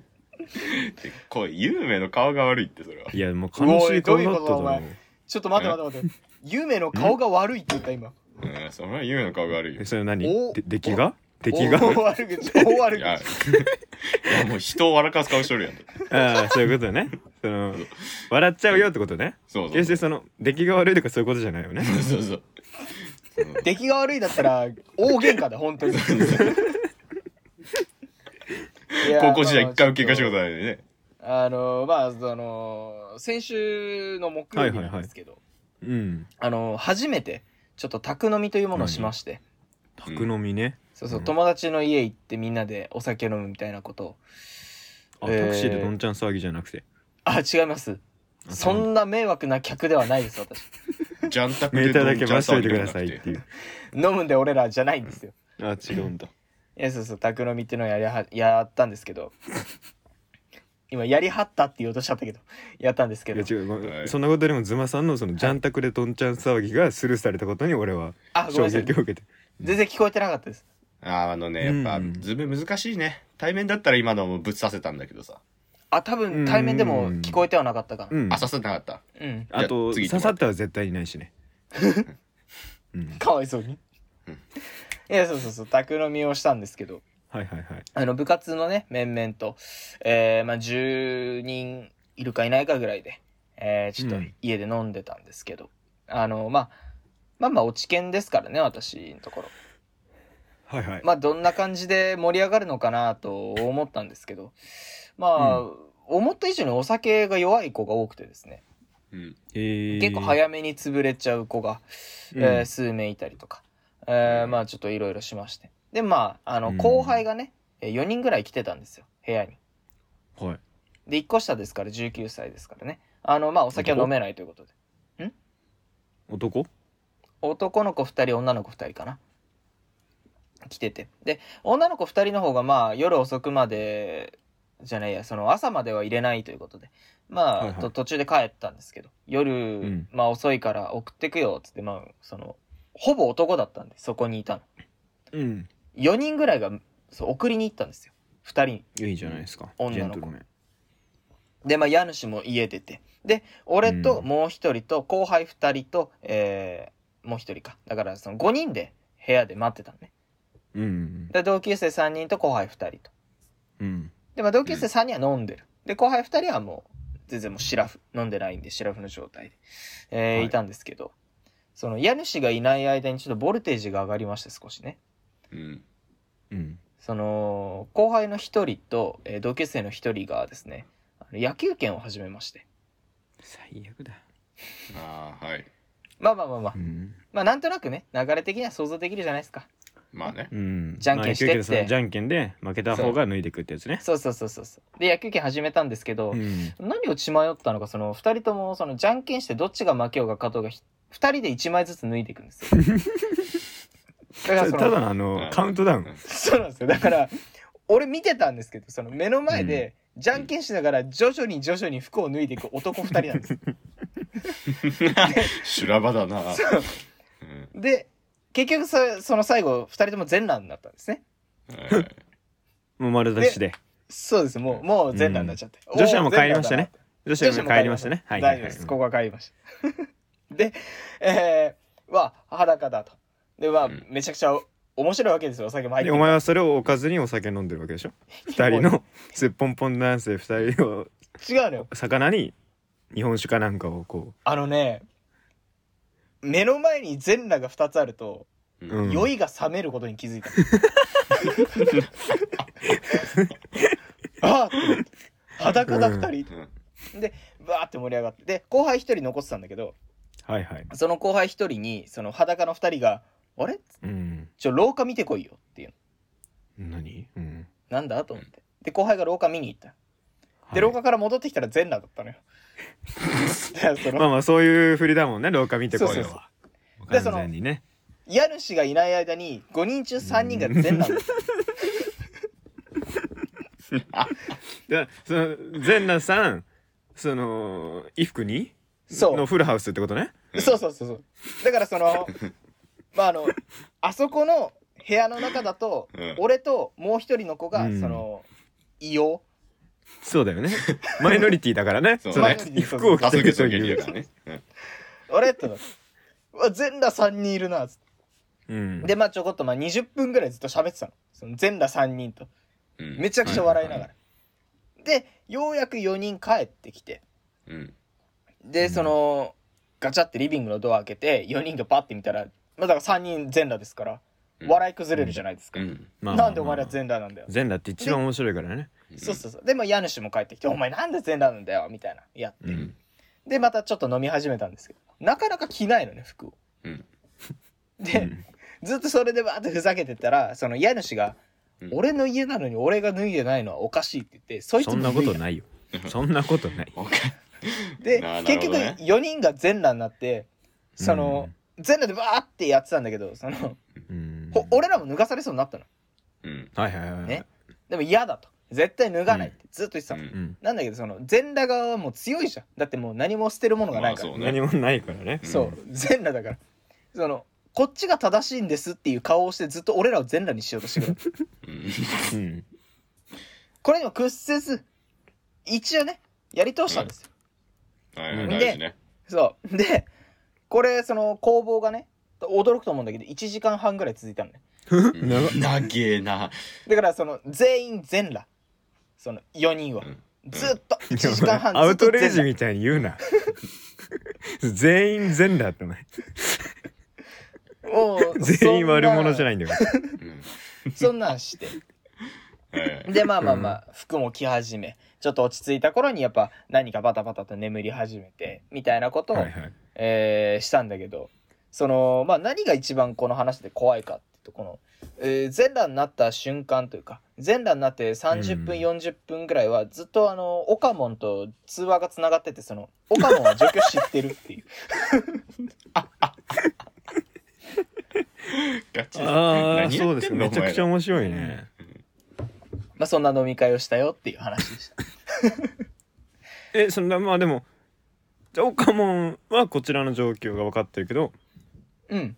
[SPEAKER 3] こう有名の顔が悪いってそれはい
[SPEAKER 2] やもう悲しい顔
[SPEAKER 1] おい
[SPEAKER 2] だっただ
[SPEAKER 1] どういうことだお
[SPEAKER 2] ろ
[SPEAKER 1] 前ちょっと待って待って待って夢の顔が悪いって言った 今
[SPEAKER 3] うんそれは有名の顔が悪いよ
[SPEAKER 2] えそれ何
[SPEAKER 1] お
[SPEAKER 2] で出来が出来
[SPEAKER 1] 大
[SPEAKER 2] が
[SPEAKER 1] 悪口大悪
[SPEAKER 3] い
[SPEAKER 1] 口
[SPEAKER 3] や いやもう人を笑かす顔しとるやん
[SPEAKER 2] ああそういうことねその笑っちゃうよってことね
[SPEAKER 3] そうそう
[SPEAKER 2] 決してその出来が悪いとかそういうことじゃないよね
[SPEAKER 3] そうそう
[SPEAKER 1] 出来が悪いだったら大喧嘩だ本当にいや
[SPEAKER 3] 高校時代一回受け
[SPEAKER 1] まあ
[SPEAKER 3] 返したことないのにね
[SPEAKER 1] あのまあその先週の木曜日なんですけど、
[SPEAKER 2] うん
[SPEAKER 1] あの初めてちょっと宅飲みというものをしまして
[SPEAKER 2] 宅飲みね
[SPEAKER 1] そうそう、
[SPEAKER 2] うん
[SPEAKER 1] 友達の家行ってみんなでお酒飲むみたいなことを
[SPEAKER 2] あ、
[SPEAKER 1] えー
[SPEAKER 2] タクシーでどんちゃん騒ぎじゃなくて
[SPEAKER 1] あ違います
[SPEAKER 2] あ
[SPEAKER 1] そんな迷惑な客ではないです私
[SPEAKER 3] ジャンタク
[SPEAKER 2] メ
[SPEAKER 3] で
[SPEAKER 2] ーター
[SPEAKER 3] ど
[SPEAKER 2] だ
[SPEAKER 3] んち
[SPEAKER 2] け
[SPEAKER 3] ゃん
[SPEAKER 2] 回しと
[SPEAKER 3] 騒
[SPEAKER 2] いて
[SPEAKER 3] ぎ
[SPEAKER 2] く
[SPEAKER 3] では
[SPEAKER 2] だ
[SPEAKER 3] な
[SPEAKER 2] さ
[SPEAKER 3] く
[SPEAKER 2] いってていう
[SPEAKER 1] 飲むんで俺らじゃないんですよ
[SPEAKER 2] あ違うんだ
[SPEAKER 1] いやそうそう宅飲みっていうのをやりはやったんですけど今やりはったって言おうとしちゃったけどやったんですけ
[SPEAKER 2] い
[SPEAKER 1] ど
[SPEAKER 2] や違うごめん、
[SPEAKER 3] はい
[SPEAKER 2] そんなことよりもズマさんのそのジャンタクでどんちゃん騒ぎがスルーされたことに俺は
[SPEAKER 1] あごめん
[SPEAKER 2] 衝
[SPEAKER 1] なさい
[SPEAKER 2] 撃を受けて
[SPEAKER 1] 全然聞こえてなかったです
[SPEAKER 3] あーあのねやっぱ、
[SPEAKER 2] うん
[SPEAKER 3] ズーム難しいね対面だったら今のもぶっ刺せたんだけどさ
[SPEAKER 1] あ多分対面でも聞こえてはなかったか
[SPEAKER 2] う
[SPEAKER 1] なうん
[SPEAKER 3] あ刺せてなかった
[SPEAKER 1] ん、
[SPEAKER 2] あと
[SPEAKER 3] じゃあ次行ってもらって
[SPEAKER 2] 刺さったは絶対にない しねうん
[SPEAKER 1] かわいそうに
[SPEAKER 3] うん
[SPEAKER 1] いやそうそうそう宅飲みをしたんですけど
[SPEAKER 2] はいはいはい
[SPEAKER 1] あの部活のね面々と、えーまあ、10人いるかいないかぐらいで、えーちょっと
[SPEAKER 2] うん
[SPEAKER 1] 家で飲んでたんですけど、あのまあまあまあ落ち見ですからね私のところ
[SPEAKER 2] はいはい、
[SPEAKER 1] まあどんな感じで盛り上がるのかなと思ったんですけどまあ、思った以上にお酒が弱い子が多くてですね
[SPEAKER 3] うん
[SPEAKER 2] えー
[SPEAKER 1] 結構早めに潰れちゃう子が、
[SPEAKER 2] うん
[SPEAKER 1] えー数名いたりとか、えー
[SPEAKER 3] うん
[SPEAKER 1] まあちょっといろいろしましてでまああ
[SPEAKER 2] う
[SPEAKER 1] の
[SPEAKER 2] ん
[SPEAKER 1] 後輩がね4人ぐらい来てたんですよ部屋に。
[SPEAKER 2] はい
[SPEAKER 1] で、1個下ですから、19歳ですからね。あの、まあ、お酒は飲めないということで。
[SPEAKER 2] 男
[SPEAKER 1] 男の子2人、女の子2人かな。来てて。で、女の子2人の方が、まあ、夜遅くまで、じゃないや、その、朝までは入れないということで。まあ、
[SPEAKER 2] はいはい
[SPEAKER 1] と途中で帰ったんですけど、夜、
[SPEAKER 2] ん
[SPEAKER 1] まあ、遅いから送ってくよ、つって、まあ、その、ほぼ男だったんで、そこにいたの。
[SPEAKER 2] うん
[SPEAKER 1] 4人ぐらいが、そう、送りに行ったんですよ。2人。
[SPEAKER 2] いいじゃないですか
[SPEAKER 1] 女
[SPEAKER 2] ジ
[SPEAKER 1] の
[SPEAKER 2] ェ
[SPEAKER 1] 子
[SPEAKER 2] ントルメン
[SPEAKER 1] で、まあ、家主も家出て。で、俺ともう一人と、後輩二人と、えー、もう一人か。だから、その5人で部屋で待ってたのね。
[SPEAKER 2] うん
[SPEAKER 1] で、同級生3人と後輩二人と。
[SPEAKER 2] うんうん
[SPEAKER 1] で、まあ、同級生3人は飲んでる。で、後輩二人はもう、全然もうシラフ、飲んでないんで、シラフの状態で、えー
[SPEAKER 2] はい
[SPEAKER 1] い、たんですけど、その、家主がいない間にちょっとボルテージが上がりまして、少しね。
[SPEAKER 3] うん
[SPEAKER 2] うん
[SPEAKER 1] その、後輩の一人と、えー同級生の一人がですね、あの野球拳を始めまして。
[SPEAKER 2] 最悪だ
[SPEAKER 3] ああはい
[SPEAKER 1] まあまあまあまあ
[SPEAKER 2] う、ん
[SPEAKER 1] まあなんとなくね流れ的には想像できるじゃないですか
[SPEAKER 3] まあね
[SPEAKER 2] うん
[SPEAKER 1] じゃんけんしてって
[SPEAKER 2] まあ野球拳でそのじゃんけんで負けた方が脱いでくってやつね
[SPEAKER 1] そうそうそうそうそうで野球拳始めたんですけど、
[SPEAKER 2] うん
[SPEAKER 1] 何を血迷ったのかその2人ともそのじゃんけんしてどっちが負けようが勝とうがひ2人で1枚ずつ脱いでいくんですよ だから
[SPEAKER 2] た
[SPEAKER 1] その
[SPEAKER 2] ただのあのカウントダウン
[SPEAKER 1] そうなんですよだから俺見てたんですけどその目の前で、じゃんけんしながら徐々に徐々に服を脱いでいく男2人なんですよ
[SPEAKER 3] 修羅場 だな、
[SPEAKER 1] そう
[SPEAKER 3] うん
[SPEAKER 1] で結局そその最後2人とも全裸になったんですね
[SPEAKER 3] はいはい
[SPEAKER 2] もう丸出しで
[SPEAKER 1] そうですもうもう全裸になっちゃって、
[SPEAKER 2] うん女子はもう
[SPEAKER 1] おー
[SPEAKER 2] 帰りましたね女子
[SPEAKER 1] 女
[SPEAKER 2] は
[SPEAKER 1] 子も
[SPEAKER 2] 帰りましたねはいは
[SPEAKER 1] 大丈
[SPEAKER 2] い
[SPEAKER 1] 夫
[SPEAKER 2] は
[SPEAKER 1] で
[SPEAKER 2] い
[SPEAKER 1] す。ここは帰りました。 で、えー、は、裸だと。で、まあ、
[SPEAKER 3] うん
[SPEAKER 1] めちゃくちゃお面白いわけですよ。お酒も入っ
[SPEAKER 2] で
[SPEAKER 1] て
[SPEAKER 2] お
[SPEAKER 1] る。
[SPEAKER 2] 前はそれをおかずにお酒飲んでるわけでしょ二人のすっぽんぽん男性二人を
[SPEAKER 1] 違うのよ。
[SPEAKER 2] 魚に日本酒かなんかをこ
[SPEAKER 1] あのね、目の前に全裸が2つあると、
[SPEAKER 3] うん
[SPEAKER 2] うん
[SPEAKER 1] 酔いが冷めることに気 づいた。ああって思って裸だ2人。
[SPEAKER 3] うん
[SPEAKER 1] バーって盛り上がって。で、後輩1人残ってたんだけど、
[SPEAKER 2] うはいはい
[SPEAKER 1] その後輩1人に、その裸の2人が、あれ
[SPEAKER 2] うん
[SPEAKER 1] ちょ、廊下見てこいよっていうの。
[SPEAKER 2] 何うん
[SPEAKER 1] なんだと思って。で、後輩が廊下見に行った。
[SPEAKER 2] はい
[SPEAKER 1] で、廊下から戻ってきたら全裸だったのよ。だからそ
[SPEAKER 2] まあ
[SPEAKER 1] の、
[SPEAKER 2] まあそういう振りだもんね廊下見てこい
[SPEAKER 1] そう
[SPEAKER 2] よ
[SPEAKER 1] そう
[SPEAKER 2] は
[SPEAKER 1] で
[SPEAKER 2] 完
[SPEAKER 1] その
[SPEAKER 2] 全にね
[SPEAKER 1] 家主がいない間に、5人中3人が全裸だった。
[SPEAKER 2] でその全裸さんその衣服に
[SPEAKER 1] そう
[SPEAKER 2] のフルハウスってことね
[SPEAKER 1] そうそうそうそう。だからその、まああの、あそこの部屋の中だと
[SPEAKER 3] うん、
[SPEAKER 1] 俺ともう一人の子が、
[SPEAKER 2] うん
[SPEAKER 1] その、異様。
[SPEAKER 2] そうだ よねマイノリティだからね
[SPEAKER 3] そう
[SPEAKER 2] そ
[SPEAKER 3] マ
[SPEAKER 2] れ
[SPEAKER 1] イノリティ
[SPEAKER 2] 服を
[SPEAKER 3] 多
[SPEAKER 2] 着てる
[SPEAKER 3] 数決
[SPEAKER 2] と
[SPEAKER 3] の原
[SPEAKER 2] い
[SPEAKER 3] 理
[SPEAKER 2] う
[SPEAKER 3] だからね、うん
[SPEAKER 1] あれってなってうわ全裸3人いるな、つって
[SPEAKER 2] うん
[SPEAKER 1] で、まあちょこっと、まあ20分ぐらいずっと喋ってたの。その全裸3人と。
[SPEAKER 3] うん
[SPEAKER 1] めちゃくちゃ笑いながら。で、ようやく4人帰ってきて、
[SPEAKER 3] うん
[SPEAKER 2] う
[SPEAKER 1] で
[SPEAKER 2] ん
[SPEAKER 1] その、ガチャってリビングのドア開けて4人がパッて見たら、まあ、だから3人全裸ですから
[SPEAKER 3] うん
[SPEAKER 1] 笑い崩れるじゃないですか、
[SPEAKER 3] うん
[SPEAKER 2] まあまあまあ
[SPEAKER 1] なんでお前ら全裸なんだよ、
[SPEAKER 2] 全裸って一番面白いからね
[SPEAKER 1] そうそうそうでも家主も帰ってきて「お前なんで全裸なんだよ」みたいなやって、
[SPEAKER 2] うん
[SPEAKER 1] でまたちょっと飲み始めたんですけどなかなか着ないのね服を
[SPEAKER 3] うん
[SPEAKER 1] で、ずっとそれでバーってふざけてたらその家主が
[SPEAKER 3] うん
[SPEAKER 1] 俺の家なのに俺が脱いでないのはおかしいって言ってそいつ
[SPEAKER 2] そ
[SPEAKER 1] も
[SPEAKER 2] んな
[SPEAKER 1] 脱
[SPEAKER 2] こ
[SPEAKER 1] いだ
[SPEAKER 2] とないよそんなことない
[SPEAKER 3] わか
[SPEAKER 1] で、
[SPEAKER 3] ななる
[SPEAKER 1] 結
[SPEAKER 3] ほど
[SPEAKER 1] 局
[SPEAKER 3] ね
[SPEAKER 1] 4人が全裸になってその、全裸でバーってやってたんだけどその、
[SPEAKER 2] うんうん
[SPEAKER 1] ほ俺らも脱がされそうになったの
[SPEAKER 3] うん
[SPEAKER 2] はいはいはいはい
[SPEAKER 1] ねでも嫌だと絶対脱がないってずっと言ってたの、
[SPEAKER 3] うん
[SPEAKER 2] うん
[SPEAKER 1] なんだけどその全裸側はもう強いじゃんだってもう何も捨てるものがないから、
[SPEAKER 3] まあ
[SPEAKER 2] 何もないからね
[SPEAKER 3] そ
[SPEAKER 1] そうう全裸だからそのこっちが正しいんですっていう顔をしてずっと俺らを全裸にしようとしてくる
[SPEAKER 3] うん
[SPEAKER 2] うん
[SPEAKER 1] これにも屈折せず一応ねやり通したんですよ、
[SPEAKER 3] はいは
[SPEAKER 2] う
[SPEAKER 3] い
[SPEAKER 2] ん
[SPEAKER 3] 大事ね
[SPEAKER 1] そうでこれその攻防がね驚くと思うんだけど1時間半ぐらい続いたのね
[SPEAKER 3] うん長えな
[SPEAKER 1] だからその全員全裸その4人は
[SPEAKER 3] うん
[SPEAKER 1] ずっと1時間半
[SPEAKER 2] ア
[SPEAKER 1] ずっ
[SPEAKER 2] ウ
[SPEAKER 1] と
[SPEAKER 2] トレイ
[SPEAKER 1] 全
[SPEAKER 2] ジ
[SPEAKER 1] 裸
[SPEAKER 2] みたいに言う な全員全裸ってない
[SPEAKER 1] もう
[SPEAKER 2] 全員悪者じゃ
[SPEAKER 1] ない
[SPEAKER 2] ないんだから
[SPEAKER 3] うん
[SPEAKER 1] そんなんして
[SPEAKER 3] はいはい
[SPEAKER 1] でまあまあまあ服も着始めちょっと落ち着いた頃にやっぱ何かバタバタと眠り始めてみたいなことを、
[SPEAKER 2] はいはい
[SPEAKER 1] えーしたんだけどそのまあ何が一番この話で怖いかっていうとこの、えー全裸になった瞬間というか全裸になって30分
[SPEAKER 2] うん
[SPEAKER 1] 40分ぐらいはずっとあのオカモンと通話がつながっててそのオカモンは除去知ってるっていう
[SPEAKER 3] ガチ
[SPEAKER 2] ああ
[SPEAKER 3] 何
[SPEAKER 2] そ
[SPEAKER 3] や
[SPEAKER 2] う
[SPEAKER 3] っ
[SPEAKER 2] で
[SPEAKER 3] て
[SPEAKER 2] す
[SPEAKER 3] んの
[SPEAKER 2] めちゃくちゃ
[SPEAKER 3] お前ら
[SPEAKER 2] 面白いね
[SPEAKER 1] まあそんな飲み会をしたよっていう話でした
[SPEAKER 2] えそんなまあでもじゃあ岡門はこちらの状況が分かってるけど
[SPEAKER 1] うん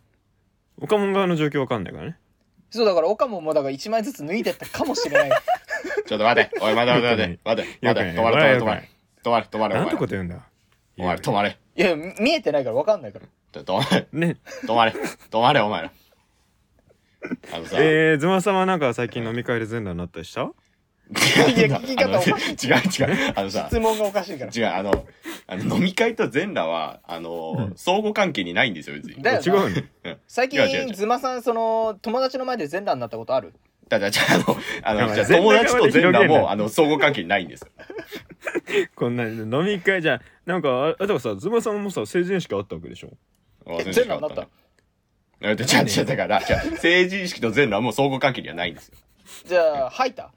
[SPEAKER 2] 岡門側の状況分かんないからね
[SPEAKER 1] そうだからオカモンもだから1枚ずつ脱いでったかもしれない
[SPEAKER 3] ちょっと待ておい待て待て待て
[SPEAKER 2] よ
[SPEAKER 3] 待
[SPEAKER 2] くない
[SPEAKER 3] て待て止まれ
[SPEAKER 2] よ
[SPEAKER 3] 止ま
[SPEAKER 2] くない
[SPEAKER 3] れ止まれ止まれ止まれ
[SPEAKER 2] なんてこと言うんだ
[SPEAKER 3] お前ら止まれ
[SPEAKER 1] いや見えてないから分かんないから
[SPEAKER 3] ちょ止まれ
[SPEAKER 2] ね
[SPEAKER 3] 止まれ止まれお前らあのさ
[SPEAKER 2] えー、ズマさんはなんか最近飲み会で全裸になったりした
[SPEAKER 1] いや聞き方おかしい
[SPEAKER 3] 違う違うあのさ
[SPEAKER 1] 質問がおかしいから
[SPEAKER 3] 違うあのあの飲み会と全裸はあの相互関係にないんですよ別に
[SPEAKER 1] だよ
[SPEAKER 2] 違
[SPEAKER 1] な
[SPEAKER 2] うの
[SPEAKER 1] 最
[SPEAKER 3] いや違う違
[SPEAKER 1] 近
[SPEAKER 3] う
[SPEAKER 1] ズマさんその友達の前で全裸になったことある
[SPEAKER 3] だじゃあのあ
[SPEAKER 2] やば
[SPEAKER 3] の
[SPEAKER 2] い
[SPEAKER 3] じゃあ友達と全裸
[SPEAKER 2] 全裸まで広げん
[SPEAKER 3] も
[SPEAKER 2] な
[SPEAKER 3] あの相互関係にないんですよ
[SPEAKER 2] こんな飲み会じゃなんかああだからさズマさんもさ成人式あったわけでしょ
[SPEAKER 1] え
[SPEAKER 3] 忘れ
[SPEAKER 1] 全
[SPEAKER 3] てし
[SPEAKER 1] 裸
[SPEAKER 3] ま
[SPEAKER 1] になった
[SPEAKER 3] ねえっとじゃあじゃあだからじゃあ成人式と全裸はもう相互関係にはないんですよ
[SPEAKER 1] じゃあ吐いた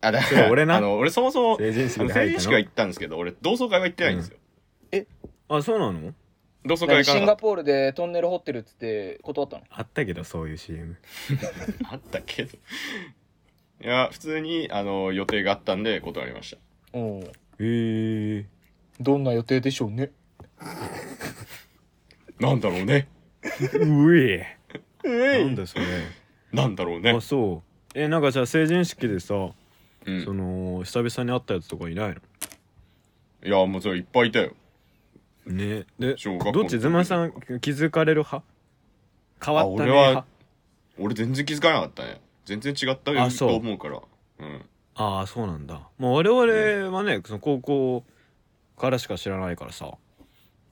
[SPEAKER 3] あだ
[SPEAKER 2] そう俺な
[SPEAKER 3] あの俺そもそも
[SPEAKER 2] 成人式
[SPEAKER 3] あ
[SPEAKER 2] で
[SPEAKER 3] の
[SPEAKER 2] 入っ
[SPEAKER 3] 成人
[SPEAKER 2] た
[SPEAKER 3] 式は
[SPEAKER 2] の
[SPEAKER 3] 行ったんですけど俺同窓会は行ってないんですよ、
[SPEAKER 2] あそうなの
[SPEAKER 3] 同窓会行
[SPEAKER 1] シ
[SPEAKER 3] か
[SPEAKER 1] ン
[SPEAKER 3] な
[SPEAKER 1] ガ
[SPEAKER 3] かっ
[SPEAKER 1] ポールでトンネル掘ってるっつって断ったの
[SPEAKER 2] あったけどそういう CM
[SPEAKER 3] たあったけどいや普通にあの予定があったんで断りました
[SPEAKER 1] うん
[SPEAKER 2] えー、
[SPEAKER 1] どんな予定でしょうね
[SPEAKER 3] なんだろうね
[SPEAKER 2] うえ
[SPEAKER 1] え
[SPEAKER 2] なんだそれ
[SPEAKER 3] なんだろうね
[SPEAKER 2] あ、そうえなんかじゃあ成人式でさ、
[SPEAKER 3] うん
[SPEAKER 2] その久々に会ったやつとかいない
[SPEAKER 3] いやもうそれいっぱいいたよ
[SPEAKER 2] のねで
[SPEAKER 3] 小学校の時
[SPEAKER 2] どっちズマさん気づかれる派変わったね
[SPEAKER 3] あ俺は
[SPEAKER 2] 派
[SPEAKER 3] 俺全然気づかなかったね全然違った
[SPEAKER 2] あ
[SPEAKER 3] よ
[SPEAKER 2] そう
[SPEAKER 3] と思うからうん
[SPEAKER 2] ああそうなんだもう我々はねその高校からしか知らないからさ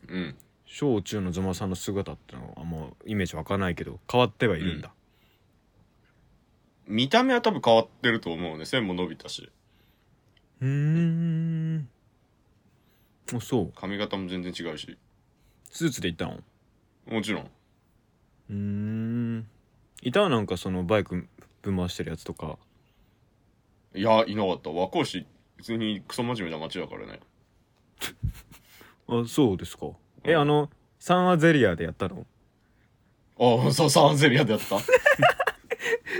[SPEAKER 3] うん
[SPEAKER 2] 小中のズマさんの姿ってのはもうイメージ湧かないけど変わってはいるんだ、
[SPEAKER 3] 見た目は多分変わってると思うね線も伸びたし
[SPEAKER 2] うーんあそう
[SPEAKER 3] 髪型も全然違うし
[SPEAKER 2] スーツで行ったの
[SPEAKER 3] もちろん
[SPEAKER 2] うーんいたなんかそのバイクぶん回してるやつとか
[SPEAKER 3] いやいなかった和光市普通にクソ真面目な街だからね
[SPEAKER 2] あそうですかえ
[SPEAKER 3] うん
[SPEAKER 2] あのサンアゼリアでやったの
[SPEAKER 3] ああそうサンゼリアでやった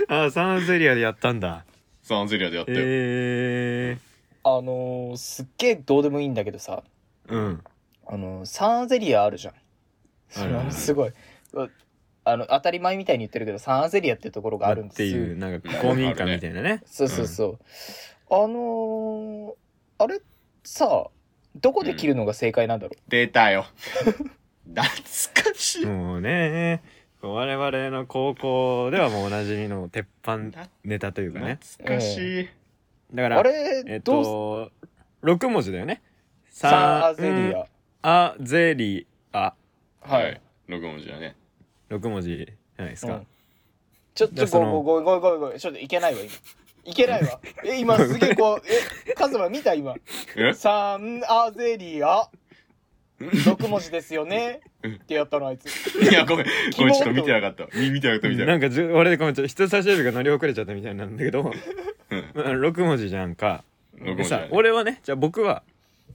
[SPEAKER 2] あサンアゼリアでやったんだ
[SPEAKER 3] サンゼリアでやったよ、
[SPEAKER 2] え
[SPEAKER 1] あのー、すっげえどうでもいいんだけどさ
[SPEAKER 2] ー、うん
[SPEAKER 1] あのー、サンゼリアあるじゃん
[SPEAKER 2] あるある
[SPEAKER 1] すごいうあの当たり前みたいに言ってるけどサンゼリアっていうところがあるん
[SPEAKER 2] っ
[SPEAKER 1] です
[SPEAKER 2] て
[SPEAKER 1] よ
[SPEAKER 2] いうなんか公民館みたいなね
[SPEAKER 1] そうそうそう、あのー、あれさどこで切るのが正解なんだろ
[SPEAKER 3] 出たよ 懐かしい、
[SPEAKER 2] もうね我々の高校ではもうおなじみの鉄板ネタというかね
[SPEAKER 3] 懐かしい、
[SPEAKER 2] だか
[SPEAKER 1] う、
[SPEAKER 2] ら
[SPEAKER 1] あれ、
[SPEAKER 2] えっ
[SPEAKER 1] どうす
[SPEAKER 2] と6文字だよね
[SPEAKER 1] サンゼリア、
[SPEAKER 2] アゼリア
[SPEAKER 3] はい6文字だね
[SPEAKER 2] 6文字じゃないです
[SPEAKER 1] う
[SPEAKER 2] か
[SPEAKER 1] ん、ちょっ
[SPEAKER 2] じゃ
[SPEAKER 1] と
[SPEAKER 2] あその
[SPEAKER 1] ごごごごごごちょっといけないわ今いけないわえ今すげえこうえカズマ見た今
[SPEAKER 3] え
[SPEAKER 1] サンアゼリア6文字ですよねってやったのあいつ
[SPEAKER 3] いや、ごめん。ごめん、ちょっと見てなかった。み見てなかった、見て
[SPEAKER 2] な
[SPEAKER 3] なかっ
[SPEAKER 2] んかじゅ俺ごめんちょっと人差し指が乗り遅れちゃったみたいなんだけど、
[SPEAKER 3] うん
[SPEAKER 2] まあ6文字じゃんか
[SPEAKER 3] 六文
[SPEAKER 2] で
[SPEAKER 3] 字だ
[SPEAKER 2] さ
[SPEAKER 3] ね
[SPEAKER 2] 俺はねじゃあ僕は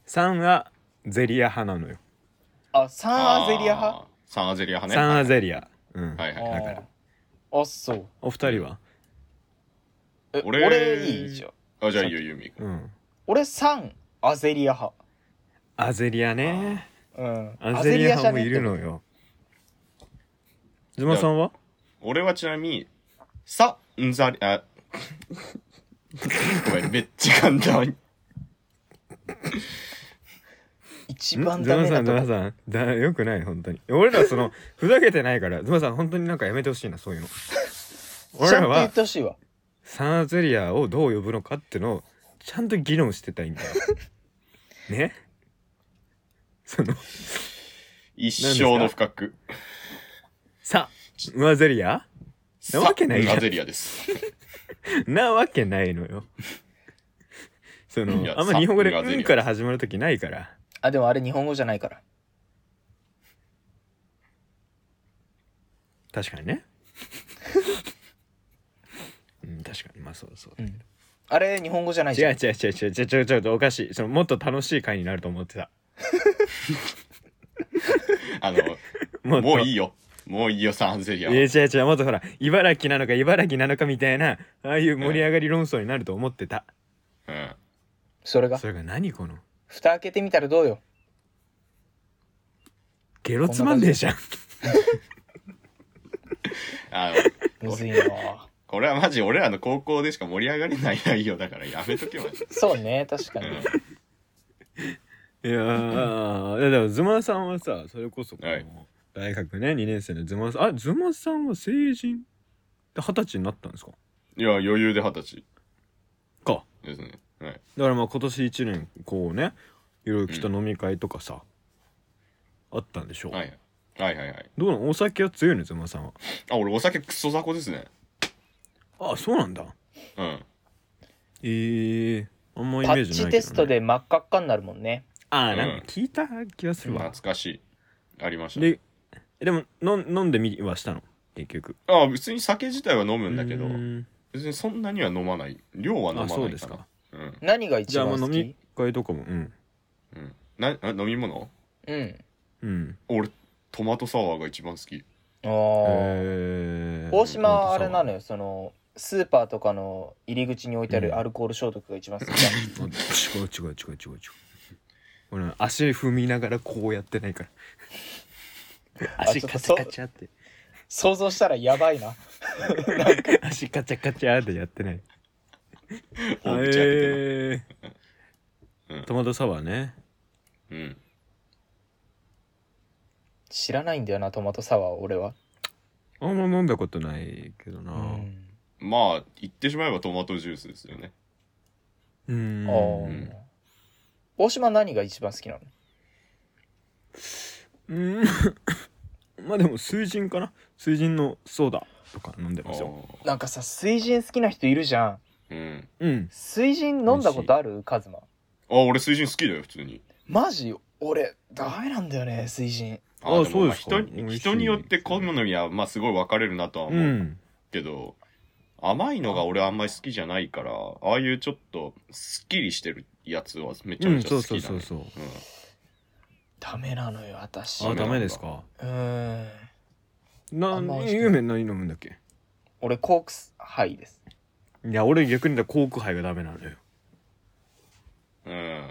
[SPEAKER 2] 3はゼリア派なのよ、
[SPEAKER 1] あ
[SPEAKER 3] た。
[SPEAKER 1] サンアゼリア派
[SPEAKER 3] あーサンアゼリア
[SPEAKER 2] 三3
[SPEAKER 3] 派
[SPEAKER 2] は
[SPEAKER 3] ね。
[SPEAKER 2] ゼリア、うん
[SPEAKER 3] はい
[SPEAKER 1] あ
[SPEAKER 3] はい。
[SPEAKER 2] だから
[SPEAKER 1] ーあそう
[SPEAKER 2] お二人は
[SPEAKER 1] え
[SPEAKER 3] 俺
[SPEAKER 1] 俺いいじゃん
[SPEAKER 3] あ、じゃあいいよ、ユーミン。
[SPEAKER 2] うん
[SPEAKER 1] 俺サンアゼリア派
[SPEAKER 2] アゼリアね
[SPEAKER 1] うん
[SPEAKER 2] アゼリア派もいる
[SPEAKER 1] ア
[SPEAKER 2] のよズマさんは
[SPEAKER 3] 俺はちなみに、サンザリア、 ごめん、めっちゃ簡単。
[SPEAKER 1] ゼリアじゃねえって
[SPEAKER 2] ん
[SPEAKER 1] 一番
[SPEAKER 2] ズ
[SPEAKER 1] ダ
[SPEAKER 2] マ
[SPEAKER 1] メ
[SPEAKER 2] さ
[SPEAKER 1] なんと
[SPEAKER 2] ズマ
[SPEAKER 1] こ
[SPEAKER 2] さんだよくない本当に俺らそのふざけてないからズマさん本当になんかやめてほしい なそういうの
[SPEAKER 1] ちゃ
[SPEAKER 2] 俺
[SPEAKER 1] んと
[SPEAKER 2] ら
[SPEAKER 1] 言
[SPEAKER 2] は
[SPEAKER 1] ってほしいわ
[SPEAKER 2] サンアゼリアをどう呼ぶのかってのをちゃんと議論してたいん だよねその
[SPEAKER 3] 一生の不覚。
[SPEAKER 2] さウアゼリア なわけないじゃん
[SPEAKER 3] サンアゼリアです。
[SPEAKER 2] なわけないのよそ
[SPEAKER 3] いや
[SPEAKER 2] のあんま日本語で「
[SPEAKER 3] さウアゼリア
[SPEAKER 2] うん」から始まる時ないから
[SPEAKER 1] あでもあれ日本語じゃないから
[SPEAKER 2] 確かに ねうん確かにまあそうそう、
[SPEAKER 1] うんあれ日本語じゃない
[SPEAKER 2] 違
[SPEAKER 1] じ
[SPEAKER 2] う
[SPEAKER 1] ゃん
[SPEAKER 2] 違う違う違う違う違う違うおかしいそのもっと楽しい回になると思ってた
[SPEAKER 3] あの、
[SPEAKER 2] もっと
[SPEAKER 3] もういいよ。もういいよ、サンアゼリアは。
[SPEAKER 2] いや違う違うもっとほら茨城なのか茨城なのかみたいなああいう盛り上がり論争になると思ってた、
[SPEAKER 3] うん。
[SPEAKER 1] それが
[SPEAKER 2] それが何この
[SPEAKER 1] 蓋開けてみたらどうよ
[SPEAKER 2] ゲロつまんねえじゃん
[SPEAKER 3] あの、
[SPEAKER 1] むずいな
[SPEAKER 3] これはマジ俺らの高校でしか盛り上がれない内容だからやめとけマジで。
[SPEAKER 1] そうね確か
[SPEAKER 3] う
[SPEAKER 1] に
[SPEAKER 2] い
[SPEAKER 3] ん
[SPEAKER 2] やーいやでもズマさんはさそれこそこ
[SPEAKER 3] はい
[SPEAKER 2] の大学ね2年生のズマさんあズマさんは成人で二十歳になったんですか
[SPEAKER 3] いや、余裕で二十歳
[SPEAKER 2] か
[SPEAKER 3] ですね。はい。
[SPEAKER 2] だからまあ今年1年こうねいろいろ来た飲み会とかさ、あったんでしょう、
[SPEAKER 3] はいはい。はいはいはい。
[SPEAKER 2] どうなのお酒は強いのズマさんは
[SPEAKER 3] あ、俺お酒クソ雑魚ですね。
[SPEAKER 2] あそうなんだ
[SPEAKER 3] うん。
[SPEAKER 2] えー、あんまイ
[SPEAKER 1] パ
[SPEAKER 2] メ
[SPEAKER 1] ッ
[SPEAKER 2] ージ
[SPEAKER 1] チ
[SPEAKER 2] ないけど、ね、
[SPEAKER 1] テストで真っ赤っかになるもんね
[SPEAKER 2] ああ
[SPEAKER 3] うん
[SPEAKER 2] なんか聞いた気がする
[SPEAKER 3] 懐
[SPEAKER 2] わ、
[SPEAKER 3] かしい。ありました。
[SPEAKER 2] ででもの飲んでみはしたの結局
[SPEAKER 3] あ、普通に酒自体は飲むんだけど
[SPEAKER 2] う、ん
[SPEAKER 3] 別にそんなには飲まない。量は飲ま
[SPEAKER 2] あ
[SPEAKER 3] ないかな。
[SPEAKER 2] そうですか
[SPEAKER 3] うん。
[SPEAKER 1] 何が一
[SPEAKER 2] じゃあ
[SPEAKER 1] 番
[SPEAKER 2] まあ
[SPEAKER 1] 好
[SPEAKER 2] 飲
[SPEAKER 1] き
[SPEAKER 2] み会とかもうん
[SPEAKER 3] うん。な、な飲み物
[SPEAKER 1] うん
[SPEAKER 2] うん
[SPEAKER 3] 俺、トマトサワーが一番好き。
[SPEAKER 1] あー
[SPEAKER 2] えー
[SPEAKER 1] 大島はあれなの
[SPEAKER 2] よ
[SPEAKER 1] よそのスーパーとかの入り口に置いてあ
[SPEAKER 2] うん
[SPEAKER 1] るアルコール消毒が一番好きだ、
[SPEAKER 2] 違う違う違う違う違う俺は足踏みながらこうやってないから
[SPEAKER 1] あ
[SPEAKER 2] 足
[SPEAKER 1] ちょっと
[SPEAKER 2] カチ
[SPEAKER 1] そう
[SPEAKER 2] ャカチャって
[SPEAKER 1] 想像したらやばいな
[SPEAKER 2] 足カチャカチャってやってない
[SPEAKER 3] おうちゃんみたいな
[SPEAKER 2] え
[SPEAKER 3] う
[SPEAKER 2] ー
[SPEAKER 3] ん
[SPEAKER 2] トマトサワーね
[SPEAKER 3] うん。
[SPEAKER 1] 知らないんだよなトマトサワー俺は、
[SPEAKER 2] あんま飲んだことないけどな
[SPEAKER 1] う
[SPEAKER 2] うん
[SPEAKER 1] ん、
[SPEAKER 3] まあ、言ってしまえばトマトジュースですよね。
[SPEAKER 1] あー
[SPEAKER 3] ん
[SPEAKER 1] 大島何が一番好きなの
[SPEAKER 2] うん まあでも水人かな水人のソーダとか飲んで
[SPEAKER 3] あ
[SPEAKER 2] ますよ
[SPEAKER 3] ー
[SPEAKER 1] なんかさ水人好きな人いるじゃん
[SPEAKER 3] うん。
[SPEAKER 2] うん
[SPEAKER 1] 水人飲んだことあるカズマ
[SPEAKER 3] あ、俺水人好きだよ、普通に。
[SPEAKER 1] マジ俺ダメなんだよね水人
[SPEAKER 2] あ
[SPEAKER 3] でも
[SPEAKER 2] そうですか
[SPEAKER 3] まあ
[SPEAKER 2] 美味し
[SPEAKER 3] 人に
[SPEAKER 2] い
[SPEAKER 3] 人によって好みは、まあ、すごい分かれるなとは
[SPEAKER 2] う
[SPEAKER 3] 思うんけど、甘いのが俺あんまり好きじゃないから、ああいうちょっと、すっきりしてるやつはめちゃ
[SPEAKER 2] う
[SPEAKER 3] め
[SPEAKER 2] ん
[SPEAKER 3] ちゃ
[SPEAKER 2] そ
[SPEAKER 3] 好
[SPEAKER 2] うそ
[SPEAKER 3] き
[SPEAKER 2] う
[SPEAKER 3] だ
[SPEAKER 2] そ
[SPEAKER 3] ね
[SPEAKER 2] うそう
[SPEAKER 3] うん
[SPEAKER 1] ダメなのよ私
[SPEAKER 2] あ
[SPEAKER 1] う
[SPEAKER 2] ダメですか
[SPEAKER 1] ーん
[SPEAKER 2] な
[SPEAKER 1] あんま美味しくない
[SPEAKER 2] 有名何飲むんだっけ
[SPEAKER 1] 俺コークスハイです
[SPEAKER 2] いや俺逆にだコーク杯がダメなのよ
[SPEAKER 3] うん。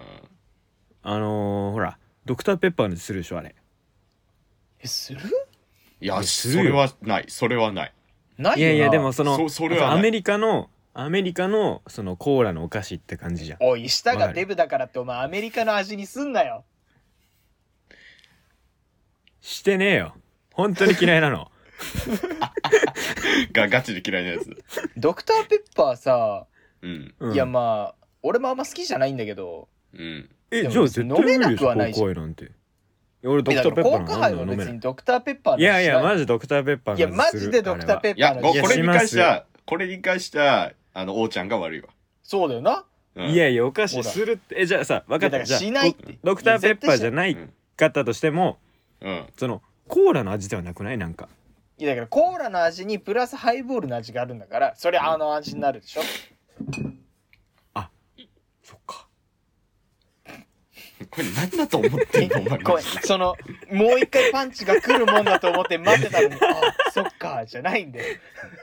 [SPEAKER 2] あのー、ほらドクターペッパーにするでしょあれ
[SPEAKER 1] えする
[SPEAKER 3] いや、
[SPEAKER 2] やす
[SPEAKER 3] そ
[SPEAKER 2] るよ
[SPEAKER 3] れはない。それはない。
[SPEAKER 1] ないよない
[SPEAKER 2] やいやでもその
[SPEAKER 3] そそれはない
[SPEAKER 2] アメリカのアメリカのそのコーラのお菓子って感じじゃん
[SPEAKER 1] おい舌
[SPEAKER 2] わか
[SPEAKER 1] が
[SPEAKER 2] る
[SPEAKER 1] デブだからってお前アメリカの味にすんなよ
[SPEAKER 2] してねえよ本当に嫌いなの
[SPEAKER 3] が、ガチで嫌いなやつ。
[SPEAKER 1] ドクターペッパーさ、
[SPEAKER 3] うん。
[SPEAKER 2] う ん
[SPEAKER 1] いやまあ俺もあんま好きじゃないんだけど
[SPEAKER 3] うん。
[SPEAKER 2] え
[SPEAKER 1] でも
[SPEAKER 2] じゃあ絶対無理
[SPEAKER 1] 飲め
[SPEAKER 2] で
[SPEAKER 1] なく
[SPEAKER 2] しょコ
[SPEAKER 1] は
[SPEAKER 2] ー
[SPEAKER 1] ない
[SPEAKER 2] ク
[SPEAKER 1] じゃん
[SPEAKER 2] 杯なんていや俺ド
[SPEAKER 1] い
[SPEAKER 2] ク
[SPEAKER 1] や
[SPEAKER 2] タ
[SPEAKER 1] だ
[SPEAKER 2] ー
[SPEAKER 1] か
[SPEAKER 2] ペ
[SPEAKER 1] ら
[SPEAKER 2] ッ
[SPEAKER 1] コー
[SPEAKER 2] パー
[SPEAKER 1] ク
[SPEAKER 2] の
[SPEAKER 1] ハイ
[SPEAKER 2] 飲
[SPEAKER 1] は
[SPEAKER 2] めな
[SPEAKER 1] 別
[SPEAKER 2] い
[SPEAKER 1] にドクターペッパーの
[SPEAKER 2] いやいやマ
[SPEAKER 1] ジ
[SPEAKER 2] ジドクターペッパー
[SPEAKER 1] いや
[SPEAKER 2] の味
[SPEAKER 1] マ
[SPEAKER 2] する
[SPEAKER 1] ジでドクターペ
[SPEAKER 2] ッ
[SPEAKER 1] ッ
[SPEAKER 3] い
[SPEAKER 1] パ
[SPEAKER 3] や、
[SPEAKER 1] ーの
[SPEAKER 3] ご
[SPEAKER 1] 味
[SPEAKER 2] いや
[SPEAKER 3] これ
[SPEAKER 2] し
[SPEAKER 3] 理
[SPEAKER 2] ます
[SPEAKER 3] 解した、これ理解した、あの、王ちゃんが悪いわ。
[SPEAKER 1] そうだよな
[SPEAKER 3] うん
[SPEAKER 2] いやいやお菓子
[SPEAKER 1] ほら
[SPEAKER 2] するってえじゃあさ分か
[SPEAKER 1] だ
[SPEAKER 2] っ
[SPEAKER 1] から
[SPEAKER 2] たじゃあ
[SPEAKER 1] しないって
[SPEAKER 2] ドクターペッパーじゃな
[SPEAKER 3] う
[SPEAKER 2] い
[SPEAKER 3] ん
[SPEAKER 2] かったとしても
[SPEAKER 3] うん。
[SPEAKER 2] そのコーラの味ではなくないなんか
[SPEAKER 1] いやだからコーラの味にプラスハイボールの味があるんだからそれあの味になるでしょ
[SPEAKER 2] そっか
[SPEAKER 3] これ何だと思ってんのお前
[SPEAKER 1] ごめんそのもう一回パンチが来るもんだと思って待って たのにあそっかじゃないんだよ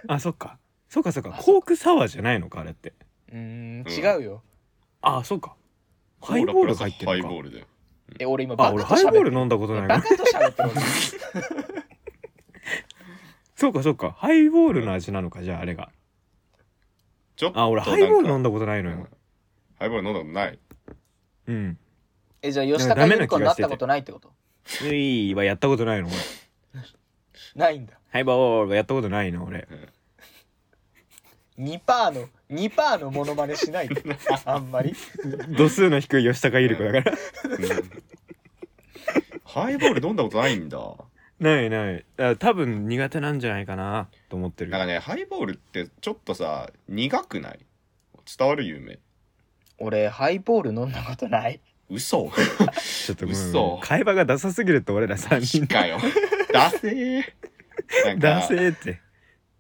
[SPEAKER 2] あそっかそっかそっか
[SPEAKER 1] あ
[SPEAKER 2] コークサワーじゃないのかあれって
[SPEAKER 1] うーん違うよ
[SPEAKER 2] あそっかハイボールが入って
[SPEAKER 3] ハイ
[SPEAKER 2] る
[SPEAKER 3] ボ
[SPEAKER 2] の
[SPEAKER 3] ー
[SPEAKER 2] か
[SPEAKER 3] ルだよ。
[SPEAKER 1] え俺今
[SPEAKER 2] あ
[SPEAKER 1] バ
[SPEAKER 2] 俺
[SPEAKER 1] カと
[SPEAKER 2] ハイボー
[SPEAKER 1] 喋って
[SPEAKER 2] ル飲んだことないか
[SPEAKER 1] バ
[SPEAKER 2] ら
[SPEAKER 1] カと喋ってる
[SPEAKER 2] そうかそうかハイボールの味なのかじゃああれが
[SPEAKER 3] ちょっと
[SPEAKER 2] あ俺ハイボール飲ん
[SPEAKER 3] ん
[SPEAKER 2] だことないの
[SPEAKER 3] だ
[SPEAKER 2] よ
[SPEAKER 3] ハイボール飲んだことない。
[SPEAKER 2] うん
[SPEAKER 1] えじゃあ吉高由里子になったことないってこと
[SPEAKER 2] ういはやったことないの俺
[SPEAKER 1] ないんだ
[SPEAKER 2] ハイボールはやったことないの俺
[SPEAKER 1] 2%の2%のモノマネし ないであんまり
[SPEAKER 2] 度数の低い吉高由里子だから
[SPEAKER 3] うんハイボール飲んだことないんだ。
[SPEAKER 2] ないないあ多分苦手なんじゃないかなと思ってる
[SPEAKER 3] なんかね、ハイボールってちょっとさ、苦くない伝わる夢。
[SPEAKER 1] 俺ハイボール飲んだことない
[SPEAKER 3] 嘘
[SPEAKER 2] ちょっとも
[SPEAKER 3] 嘘
[SPEAKER 2] う会話がダサすぎるって俺ら3
[SPEAKER 3] し
[SPEAKER 2] 人
[SPEAKER 3] かよ。 ダセー。なん
[SPEAKER 2] ダ
[SPEAKER 3] か
[SPEAKER 2] セ、ーって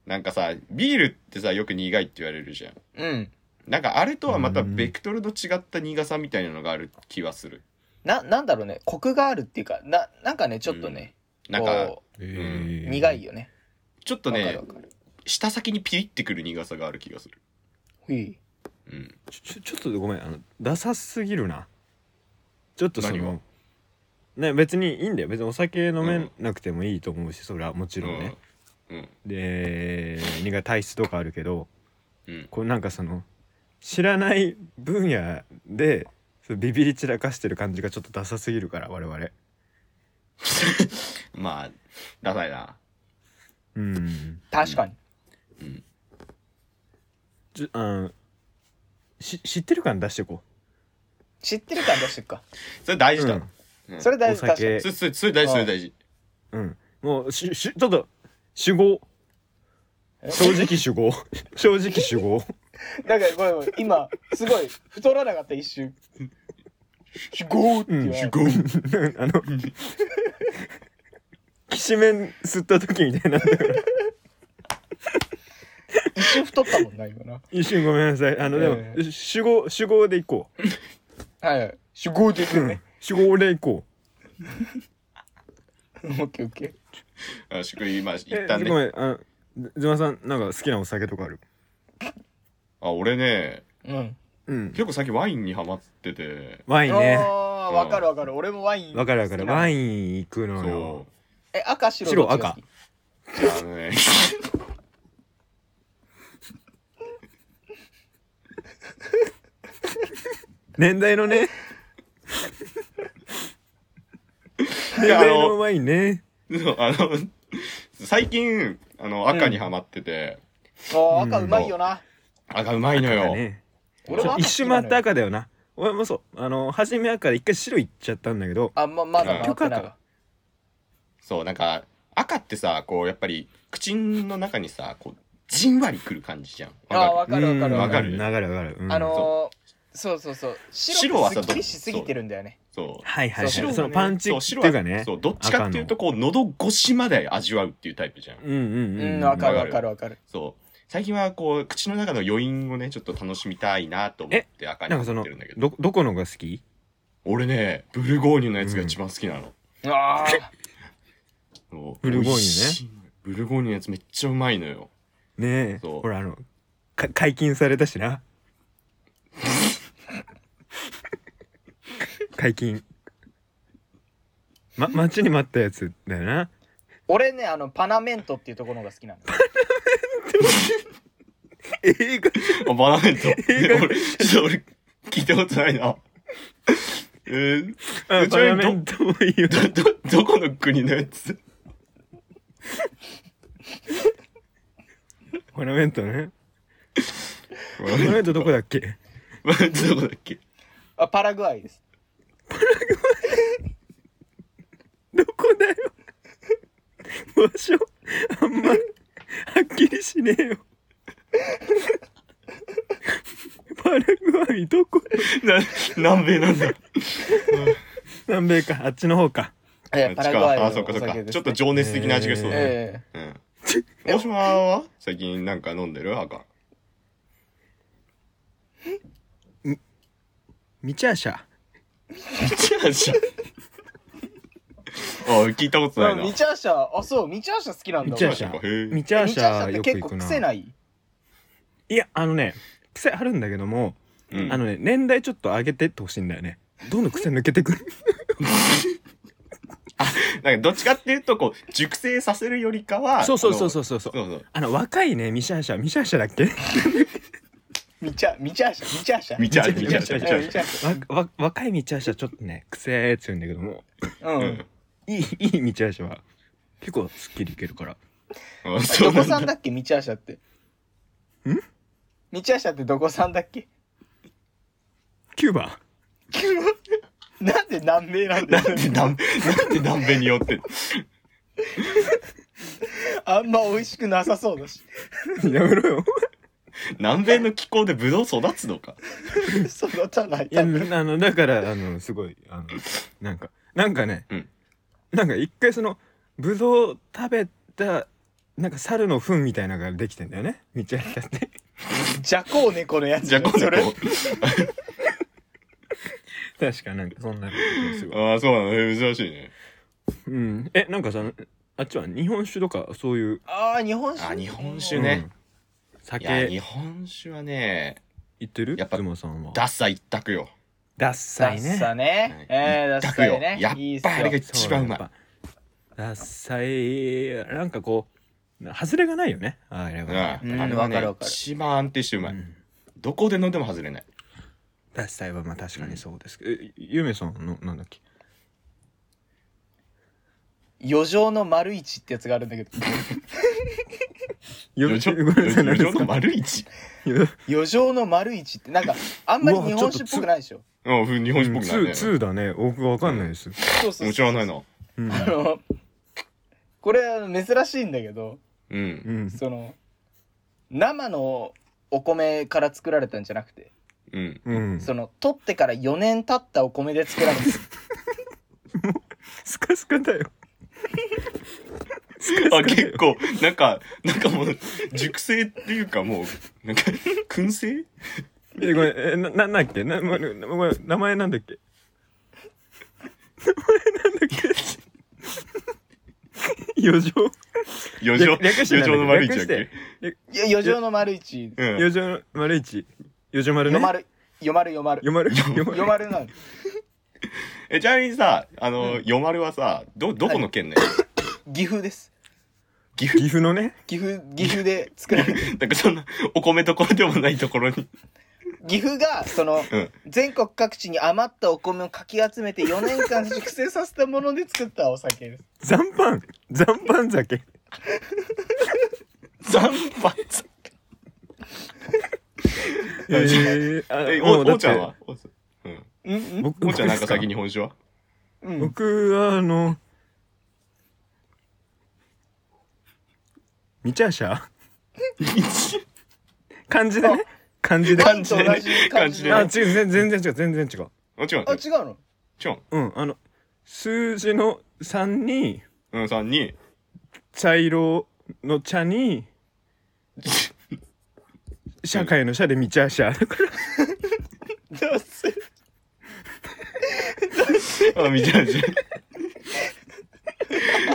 [SPEAKER 3] なんかさ、ビールってさ、よく苦いって言われるじゃん。
[SPEAKER 1] うん
[SPEAKER 3] なんかあれとはまたベクトルの違った苦さみたいなのがある気はする。
[SPEAKER 1] ななんだろうねコクがあるっていうかななんかねちょっとね、
[SPEAKER 3] なんか、
[SPEAKER 1] こう
[SPEAKER 2] えー
[SPEAKER 1] 苦いよね
[SPEAKER 3] ちょっと
[SPEAKER 1] わかる
[SPEAKER 3] ね
[SPEAKER 1] わ、かる
[SPEAKER 3] 舌先にピリってくる苦さがある気がする。
[SPEAKER 1] ほい
[SPEAKER 3] うん。
[SPEAKER 2] ちょちょちょっとごめんあのダサすぎるなちょっとそ
[SPEAKER 3] 何
[SPEAKER 2] のね別にいいんだよ別にお酒飲
[SPEAKER 3] う
[SPEAKER 2] め
[SPEAKER 3] ん
[SPEAKER 2] なくてもいいと思うしそれはもちろんね、
[SPEAKER 3] うん。
[SPEAKER 2] で苦い体質とかあるけど
[SPEAKER 3] うん。
[SPEAKER 2] こうなんかその知らない分野でそうビビり散らかしてる感じがちょっとダサすぎるから我々
[SPEAKER 3] まあ、ダサいな。
[SPEAKER 2] うん
[SPEAKER 1] 確かに、
[SPEAKER 3] うん。
[SPEAKER 2] ちょあのし知ってる感出してこ
[SPEAKER 1] 知ってる感出してるか
[SPEAKER 3] それ大
[SPEAKER 2] う、
[SPEAKER 3] 事
[SPEAKER 2] う
[SPEAKER 3] だ。
[SPEAKER 2] ん
[SPEAKER 3] うん
[SPEAKER 1] それ大事
[SPEAKER 2] お
[SPEAKER 1] 確かに
[SPEAKER 2] 酒
[SPEAKER 3] それ、それ、それ大事、それ大事。
[SPEAKER 2] うん、もうししちょっと主語
[SPEAKER 1] え
[SPEAKER 2] 正直主語正直主語
[SPEAKER 1] なんかごめんごめん今すごい太らなかった一瞬主語って
[SPEAKER 2] う
[SPEAKER 1] 言わ
[SPEAKER 2] ん、
[SPEAKER 1] ない、
[SPEAKER 2] ゴーあの、きしめん吸った時みたいな。
[SPEAKER 1] 一瞬太ったもんな今な
[SPEAKER 2] 一瞬ごめんなさい。あの、でも
[SPEAKER 1] え、
[SPEAKER 2] 主語、主語でいこう。
[SPEAKER 1] はいはい主語です
[SPEAKER 2] う
[SPEAKER 1] よ
[SPEAKER 2] ん
[SPEAKER 1] ね、
[SPEAKER 2] 主語でいこ
[SPEAKER 1] オッケーオッケー
[SPEAKER 3] あ、しっくり、まあ、
[SPEAKER 2] う。え
[SPEAKER 3] 一旦
[SPEAKER 2] ごめ
[SPEAKER 3] ね。
[SPEAKER 2] ん、あの、ずまさん、なんか好きなお酒とかある
[SPEAKER 3] あ、俺ね、
[SPEAKER 1] うん
[SPEAKER 2] うん。
[SPEAKER 3] 結構最近ワインにハマってて。
[SPEAKER 2] ワイン
[SPEAKER 1] あー
[SPEAKER 2] ね。
[SPEAKER 1] わかるわかる俺もワイン
[SPEAKER 2] わかるわかる。ワイ
[SPEAKER 1] ン
[SPEAKER 2] ン行くの
[SPEAKER 3] そ
[SPEAKER 2] よ。
[SPEAKER 3] う。
[SPEAKER 1] え赤白どっちが好き
[SPEAKER 3] あのね。
[SPEAKER 2] 年代のね。 年
[SPEAKER 3] や
[SPEAKER 2] 代のワインね。
[SPEAKER 3] そうあの、最近、あの、赤にハマってて、
[SPEAKER 1] あー赤うまいよな、
[SPEAKER 3] 赤うまいのよ。
[SPEAKER 2] ね
[SPEAKER 1] 俺も赤好きなのよ
[SPEAKER 2] 一瞬回って赤だよな。俺もそう。あの、初め赤で一回白行っちゃったんだけど、
[SPEAKER 1] あままだ回ってないわ
[SPEAKER 3] そう、なんか、赤ってさ、こう、やっぱり、口の中にさ、こう、じんわりくる感じじゃん。
[SPEAKER 1] あ
[SPEAKER 3] わ
[SPEAKER 1] ー
[SPEAKER 3] か
[SPEAKER 1] わかるわかる
[SPEAKER 2] う
[SPEAKER 1] わ
[SPEAKER 2] んわ
[SPEAKER 1] か
[SPEAKER 2] か
[SPEAKER 1] る
[SPEAKER 2] るわかるわかる。うん
[SPEAKER 1] あのー、そうそうそう白
[SPEAKER 3] 白
[SPEAKER 1] は
[SPEAKER 3] は
[SPEAKER 1] す
[SPEAKER 3] さ
[SPEAKER 1] っきりしすぎてるんだよね
[SPEAKER 3] るそ
[SPEAKER 2] はいはいはい。
[SPEAKER 1] そう
[SPEAKER 2] そ,、
[SPEAKER 1] 白
[SPEAKER 2] のパンチっ
[SPEAKER 3] う。
[SPEAKER 2] て
[SPEAKER 3] そう、
[SPEAKER 2] い
[SPEAKER 3] 白
[SPEAKER 2] うか
[SPEAKER 3] は、
[SPEAKER 2] ね。
[SPEAKER 3] そう、どっちかっていうと、こう、喉越しまで味わうっていうタイプじゃん。
[SPEAKER 2] うんうん
[SPEAKER 1] う
[SPEAKER 2] うん。
[SPEAKER 1] んわかる
[SPEAKER 3] わ
[SPEAKER 1] わ
[SPEAKER 3] かる
[SPEAKER 1] かるわかる
[SPEAKER 3] そう。最近は、こう、口の中の余韻をね、ちょっと楽しみたいなと思って赤に
[SPEAKER 2] なんか
[SPEAKER 3] ハ
[SPEAKER 2] そ
[SPEAKER 3] マ
[SPEAKER 2] の
[SPEAKER 3] ってるんだけど。
[SPEAKER 2] どどこのが好き？
[SPEAKER 3] 俺ね、ブルゴーニュのやつが一番好きなの。
[SPEAKER 1] あー
[SPEAKER 3] そう
[SPEAKER 2] ブルゴーニュね
[SPEAKER 3] 美味しいのよブルゴーニュのやつめっちゃうまいのよ。
[SPEAKER 2] ねえ。
[SPEAKER 3] そう
[SPEAKER 2] ほらあのか解禁されたしな。 解禁。ま待ちに待ったやつだよな。
[SPEAKER 1] 俺ねあのパナメントっていうところが好きなんだ
[SPEAKER 2] 映画
[SPEAKER 3] あ、バナメント。
[SPEAKER 2] 映画
[SPEAKER 3] 俺、ちょっと俺、聞いたことない な。えー、
[SPEAKER 2] あ
[SPEAKER 3] ち
[SPEAKER 2] パ
[SPEAKER 3] な
[SPEAKER 2] ラ
[SPEAKER 3] みに
[SPEAKER 2] メントもいいよ。
[SPEAKER 3] ど、ど、どこの国のやつ
[SPEAKER 2] パラメントね。
[SPEAKER 3] バ
[SPEAKER 2] パラメントどこだっけ？
[SPEAKER 3] ナメントどこだっけ
[SPEAKER 1] あパラグアイです
[SPEAKER 2] どこだよ。 場所あんまはっきりしねえよ。パラグアイどこ？
[SPEAKER 3] な、南米なんだ。
[SPEAKER 2] 南米かあっちの方か
[SPEAKER 1] えーパラグアイの
[SPEAKER 3] あ、そうかそう
[SPEAKER 1] お酒
[SPEAKER 3] か。
[SPEAKER 1] ですね
[SPEAKER 3] ちょっと情熱的な味がしそうだね。
[SPEAKER 1] え
[SPEAKER 3] うん。大島は最近なんか飲んでる赤。
[SPEAKER 2] ミチャーシャ
[SPEAKER 3] 違うじゃん。 あ、聞いたこと
[SPEAKER 1] え
[SPEAKER 3] ないな。
[SPEAKER 1] ミチャーシャあそうミチャーシャ好きなんだ
[SPEAKER 2] ミチャー
[SPEAKER 1] 俺
[SPEAKER 2] シ
[SPEAKER 3] そうかへえ
[SPEAKER 2] ャミチャー
[SPEAKER 1] ミ
[SPEAKER 2] シ
[SPEAKER 1] チャーシャっ
[SPEAKER 2] ャ
[SPEAKER 1] て
[SPEAKER 2] よく
[SPEAKER 1] 結
[SPEAKER 2] 行
[SPEAKER 1] 構
[SPEAKER 2] くな
[SPEAKER 1] 癖ない
[SPEAKER 2] いやあのね癖あるんだけども、
[SPEAKER 3] うん
[SPEAKER 2] あのね年代ちょっと上げてってほしいんだよねどんどん癖抜けてくる
[SPEAKER 3] なんかどっちかっていうと、こう、熟成させるよりかは、。
[SPEAKER 2] そうそうそうそううそうそう
[SPEAKER 3] そうそう。
[SPEAKER 2] あの若いねミシャーシャミシャーシャだっけ
[SPEAKER 1] ミチャミチャーシャミチャーシャ
[SPEAKER 3] 見ちゃう、
[SPEAKER 2] 見
[SPEAKER 3] 見
[SPEAKER 2] ち
[SPEAKER 3] ち
[SPEAKER 2] ゃ
[SPEAKER 3] ゃ
[SPEAKER 2] う
[SPEAKER 3] う、
[SPEAKER 1] え
[SPEAKER 3] 見ちゃ
[SPEAKER 1] ー
[SPEAKER 3] う
[SPEAKER 1] ミ。チャーシ
[SPEAKER 2] わわ若いミチャーシャちょっとね癖強いんだけども
[SPEAKER 1] ャう
[SPEAKER 3] うんん
[SPEAKER 2] いいいいミチャーシャは結構すっきりいけるから
[SPEAKER 3] あ。
[SPEAKER 1] ど
[SPEAKER 3] そうな
[SPEAKER 1] こ
[SPEAKER 3] んだ
[SPEAKER 1] さんだっけミチャーシャってんミチャーシャってどこさんだっけ
[SPEAKER 2] キューバ
[SPEAKER 1] なんで南米なんだよ
[SPEAKER 3] なんで南なんで南米によってんの
[SPEAKER 1] あんま美味しくなさそうだし
[SPEAKER 2] やめろよ
[SPEAKER 3] 南米の気候でブドウ育つ のか
[SPEAKER 1] 育たない
[SPEAKER 2] いや
[SPEAKER 1] 多
[SPEAKER 2] あ
[SPEAKER 1] 分
[SPEAKER 2] のだからあのすごいあのなんかなんかね、
[SPEAKER 3] うん
[SPEAKER 2] なんか一回そのブドウ食べたなんか猿の糞みたいなのができてんだよね道ちゃって
[SPEAKER 1] ジャコーネコのやつ
[SPEAKER 3] じゃあ今
[SPEAKER 1] そ
[SPEAKER 3] 度
[SPEAKER 1] れ
[SPEAKER 3] こ
[SPEAKER 2] 確かなんかそんなことす
[SPEAKER 3] う
[SPEAKER 2] ごい
[SPEAKER 3] ああそうなのえ珍しいね
[SPEAKER 2] うんえなんかさあっちは日本酒とかそういう
[SPEAKER 1] ああ日本酒
[SPEAKER 3] あ日本酒ね
[SPEAKER 2] うん
[SPEAKER 3] いや
[SPEAKER 2] 酒
[SPEAKER 3] 日本酒はね
[SPEAKER 2] 言ってる
[SPEAKER 3] やっぱ
[SPEAKER 2] ズマさんは
[SPEAKER 3] ダッサ一択よ
[SPEAKER 2] ダッサい
[SPEAKER 1] ダッ
[SPEAKER 2] ね
[SPEAKER 1] サね。えー、ダッ
[SPEAKER 3] 一択
[SPEAKER 1] サ
[SPEAKER 3] よ
[SPEAKER 1] いね。
[SPEAKER 3] やっ
[SPEAKER 1] いい
[SPEAKER 3] ぱりあれが
[SPEAKER 1] すよ
[SPEAKER 3] 一番うまい
[SPEAKER 2] そやっぱダッサいなんかこう外れがないよねあれは
[SPEAKER 3] う
[SPEAKER 2] ね
[SPEAKER 3] んあ
[SPEAKER 1] うん
[SPEAKER 3] れは
[SPEAKER 1] わか
[SPEAKER 3] ね
[SPEAKER 1] るわかる
[SPEAKER 3] 一番安定してうま
[SPEAKER 2] う
[SPEAKER 3] い
[SPEAKER 2] ん
[SPEAKER 3] どこで飲んでも外れない
[SPEAKER 2] ダッサイはまあ確かにそうですけど、えゆめさんのなんだっけ
[SPEAKER 1] 余剰の丸一ってやつがあるんだけど。
[SPEAKER 2] よ
[SPEAKER 3] 余剰
[SPEAKER 2] ごめんなさい何
[SPEAKER 3] 余
[SPEAKER 2] ですか
[SPEAKER 3] 剰の丸一
[SPEAKER 2] よ
[SPEAKER 1] 余剰の丸一って、なんか、あんまり日本酒っぽくないでしょ。
[SPEAKER 3] うんふ日本酒っぽくない
[SPEAKER 2] うん
[SPEAKER 3] ね
[SPEAKER 2] ツーツーだね僕わかんないで
[SPEAKER 1] そ
[SPEAKER 2] す、
[SPEAKER 1] うそうそう。
[SPEAKER 3] もちろんない。の
[SPEAKER 2] うん
[SPEAKER 1] あの、これは珍しいんだけど、
[SPEAKER 3] うん
[SPEAKER 2] うん、
[SPEAKER 1] その、生のお米から作られたんじゃなくて、
[SPEAKER 3] うん
[SPEAKER 2] うん、
[SPEAKER 1] その、取ってから4年経ったお米で作られた。
[SPEAKER 2] スカスカだよスカスカ
[SPEAKER 3] あ
[SPEAKER 2] だ
[SPEAKER 3] 結
[SPEAKER 2] よ
[SPEAKER 3] 構なんかなんかもう熟成っていうかもうなんか燻製
[SPEAKER 2] えごめんえななんだっけな、ま、なごめん名前なんだっけ名前なんだっけ 余剰
[SPEAKER 3] 余剰
[SPEAKER 2] 略略して
[SPEAKER 3] 余剰の丸一だっ
[SPEAKER 2] 略し
[SPEAKER 3] け
[SPEAKER 2] て
[SPEAKER 1] いや余剰の丸一。
[SPEAKER 3] うん
[SPEAKER 2] 余剰の丸一余剰丸ね
[SPEAKER 1] よまる、よまるよまる。
[SPEAKER 2] 余丸余
[SPEAKER 1] よまるなの。
[SPEAKER 3] えちなみにさあのよまるはさどどこの県ね
[SPEAKER 1] 岐阜です。
[SPEAKER 3] 岐阜
[SPEAKER 2] 岐阜のね
[SPEAKER 1] 岐阜、岐阜で作られた。
[SPEAKER 3] なんかそんなお米どころでもないところに
[SPEAKER 1] 岐阜が、その、
[SPEAKER 3] うん
[SPEAKER 1] 全国各地に余ったお米をかき集めて4年間熟成させたもので作ったお酒です。
[SPEAKER 2] 残飯残飯酒
[SPEAKER 3] 残飯
[SPEAKER 2] えー、
[SPEAKER 3] え
[SPEAKER 2] あ
[SPEAKER 3] お
[SPEAKER 2] もうだっ
[SPEAKER 3] お
[SPEAKER 2] て
[SPEAKER 3] ちゃんはおう
[SPEAKER 1] ん
[SPEAKER 3] ん
[SPEAKER 1] ん
[SPEAKER 2] 僕
[SPEAKER 3] おちゃんなんか最近
[SPEAKER 2] に
[SPEAKER 3] 日 本酒は
[SPEAKER 1] うん。
[SPEAKER 2] 僕はあのミチャーシャ漢字でね漢字で
[SPEAKER 1] パ
[SPEAKER 2] あ
[SPEAKER 1] ンと同じ感じで。
[SPEAKER 2] 違
[SPEAKER 1] あ
[SPEAKER 2] う、全然全然違う全然違う
[SPEAKER 3] おちゃん
[SPEAKER 1] あ
[SPEAKER 3] お
[SPEAKER 1] 違うの
[SPEAKER 3] ちゃん
[SPEAKER 2] うんあの数字の3に
[SPEAKER 3] うんさんに
[SPEAKER 2] 茶色の茶に社会の社でミチャーシャだから
[SPEAKER 1] どうする
[SPEAKER 3] あみちゃんじゃん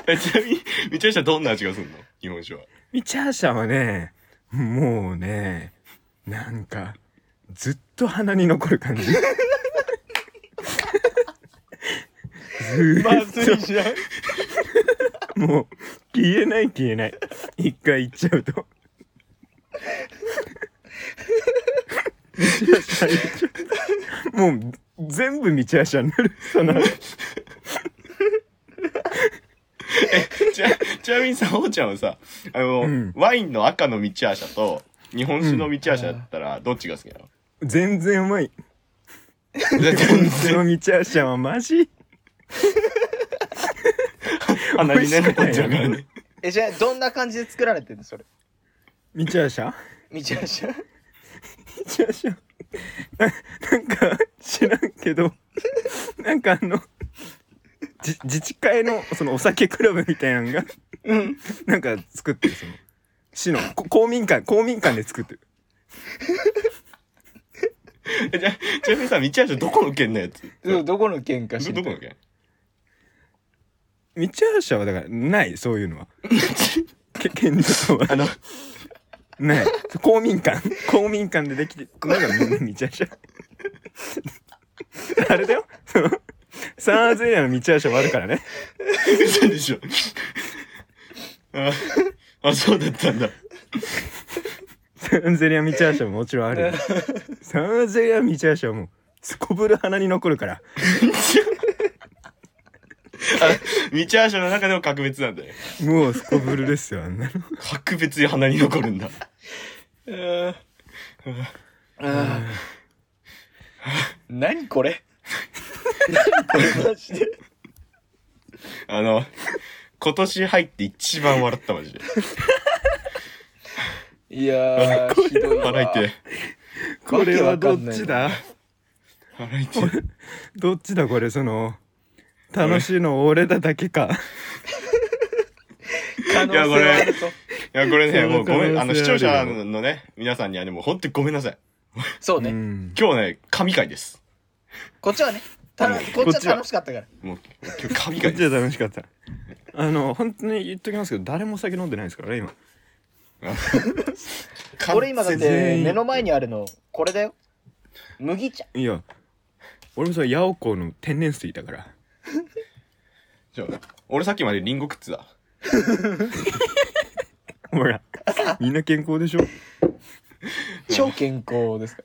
[SPEAKER 3] えちなみにみちゃんじゃんどんな味がするの日本酒は
[SPEAKER 2] ミチャーシャはねもうねなんかずっと鼻に残る感じ ず
[SPEAKER 1] まず
[SPEAKER 2] ー
[SPEAKER 1] いじゃん。
[SPEAKER 2] っともう消えない消えない一回いっちゃうとミチャーシャいっちゃうもう全部ミチャーシャになるその
[SPEAKER 3] ちなちなみにさおちゃんはさあの、
[SPEAKER 2] ん
[SPEAKER 3] ワインの赤のミチャーシャと日本酒のミチャーシャだったらどっちが好きなの、
[SPEAKER 2] 全然う まい
[SPEAKER 3] 全
[SPEAKER 2] 本
[SPEAKER 3] 然
[SPEAKER 2] 当のミチャーシャはマジ
[SPEAKER 3] 鼻にね残っちゃうからね
[SPEAKER 1] え、じゃあ、どんな感じで作られてるのそれ。
[SPEAKER 2] ミチャーシャ
[SPEAKER 1] みちゃしゃ。
[SPEAKER 2] ミチャーシャななんか知らんけどなんかあのじ自治会のそのお酒クラブみたいなのが
[SPEAKER 1] うん。
[SPEAKER 2] なんか作ってるその市のこ公民館公民館で作ってる
[SPEAKER 3] えじゃあちなみにさ、道橋どこの県のやつ
[SPEAKER 1] うんどこの県か知
[SPEAKER 3] ど
[SPEAKER 1] り
[SPEAKER 3] ど
[SPEAKER 1] た
[SPEAKER 3] この
[SPEAKER 1] い。
[SPEAKER 3] 県
[SPEAKER 2] 道原社はだからないそういうのはけ県庁は
[SPEAKER 3] あの、
[SPEAKER 2] ない公民館公民館でできてのがみんな道原社あれだよそのサンアズエリアの道原社もあるからね
[SPEAKER 3] 嘘でしょ。 あ、あ、そうだったんだ。
[SPEAKER 2] サンゼリア・ミチャーシャももちろんあるよサンゼリア・ミチャーシャはもうすこぶる鼻に残るから
[SPEAKER 3] あ、道橋の中でも格別なんだよ。
[SPEAKER 2] もうすこぶるですよあんなの
[SPEAKER 3] 格別に鼻に残るんだ。
[SPEAKER 1] うんうん何これ何これマジで。
[SPEAKER 3] あの、今年入って一番笑った マジで。
[SPEAKER 1] いやー、ひどいわ。
[SPEAKER 3] 笑いて。
[SPEAKER 2] これはどっちだ
[SPEAKER 3] 笑いて。
[SPEAKER 2] どっちだこれその楽しいの俺だだけか
[SPEAKER 1] 可能性はあると。
[SPEAKER 3] いや、これね、
[SPEAKER 2] そ
[SPEAKER 3] も
[SPEAKER 2] の
[SPEAKER 3] う
[SPEAKER 2] 可能
[SPEAKER 3] ごめ
[SPEAKER 2] 性
[SPEAKER 3] ん、あの、視聴者
[SPEAKER 2] あるよ
[SPEAKER 3] のね、皆さんにはね、もう本当にごめんなさい。
[SPEAKER 1] そう
[SPEAKER 2] う
[SPEAKER 1] ね。
[SPEAKER 2] ん
[SPEAKER 3] 今日ね、神回です。
[SPEAKER 1] こっちはね、たのこっちは楽しかったから。
[SPEAKER 3] もう、今日神
[SPEAKER 2] こ
[SPEAKER 3] 回
[SPEAKER 2] っちは
[SPEAKER 3] です。
[SPEAKER 2] 楽しかったあの本当に言っときますけど誰もお酒飲んでないですからね今
[SPEAKER 3] 完
[SPEAKER 1] 俺今だっ
[SPEAKER 3] 全に
[SPEAKER 1] て目の前にあるの、これだよ。麦茶。
[SPEAKER 2] いや俺もそれヤオコーの天然水だから
[SPEAKER 3] ちょ俺さっきまでリンゴ食ってた。
[SPEAKER 2] ほ らみんな健康でしょ
[SPEAKER 1] 超健康ですか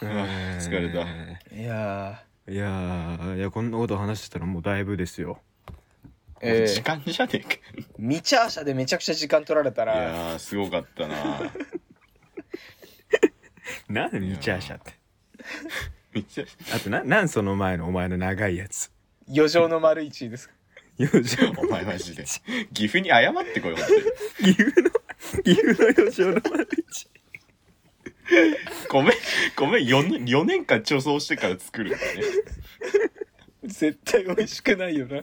[SPEAKER 3] 疲れた
[SPEAKER 1] ら。いや
[SPEAKER 2] いやーいやこんなこと話してたらもうだいぶですよ
[SPEAKER 1] ー、え
[SPEAKER 3] 時
[SPEAKER 1] ー、
[SPEAKER 3] 間じゃねえか。
[SPEAKER 1] 未チャーシャでめちゃくちゃ時間取られた
[SPEAKER 3] い
[SPEAKER 1] ら、
[SPEAKER 3] やー、すごかったな。
[SPEAKER 2] なんでミチャーシャって
[SPEAKER 3] めっちゃ
[SPEAKER 2] あとな、なんその前のお前の長いやつ。
[SPEAKER 1] 余剰の丸一ですか
[SPEAKER 2] 余剰。
[SPEAKER 3] お前マジで。岐阜に謝ってこい、本当に
[SPEAKER 2] 岐阜の、岐阜の余剰の丸一。
[SPEAKER 3] ごめん、ごめん、4年、四年間貯蔵してから作るんだね。
[SPEAKER 1] 絶対美味しくないよな。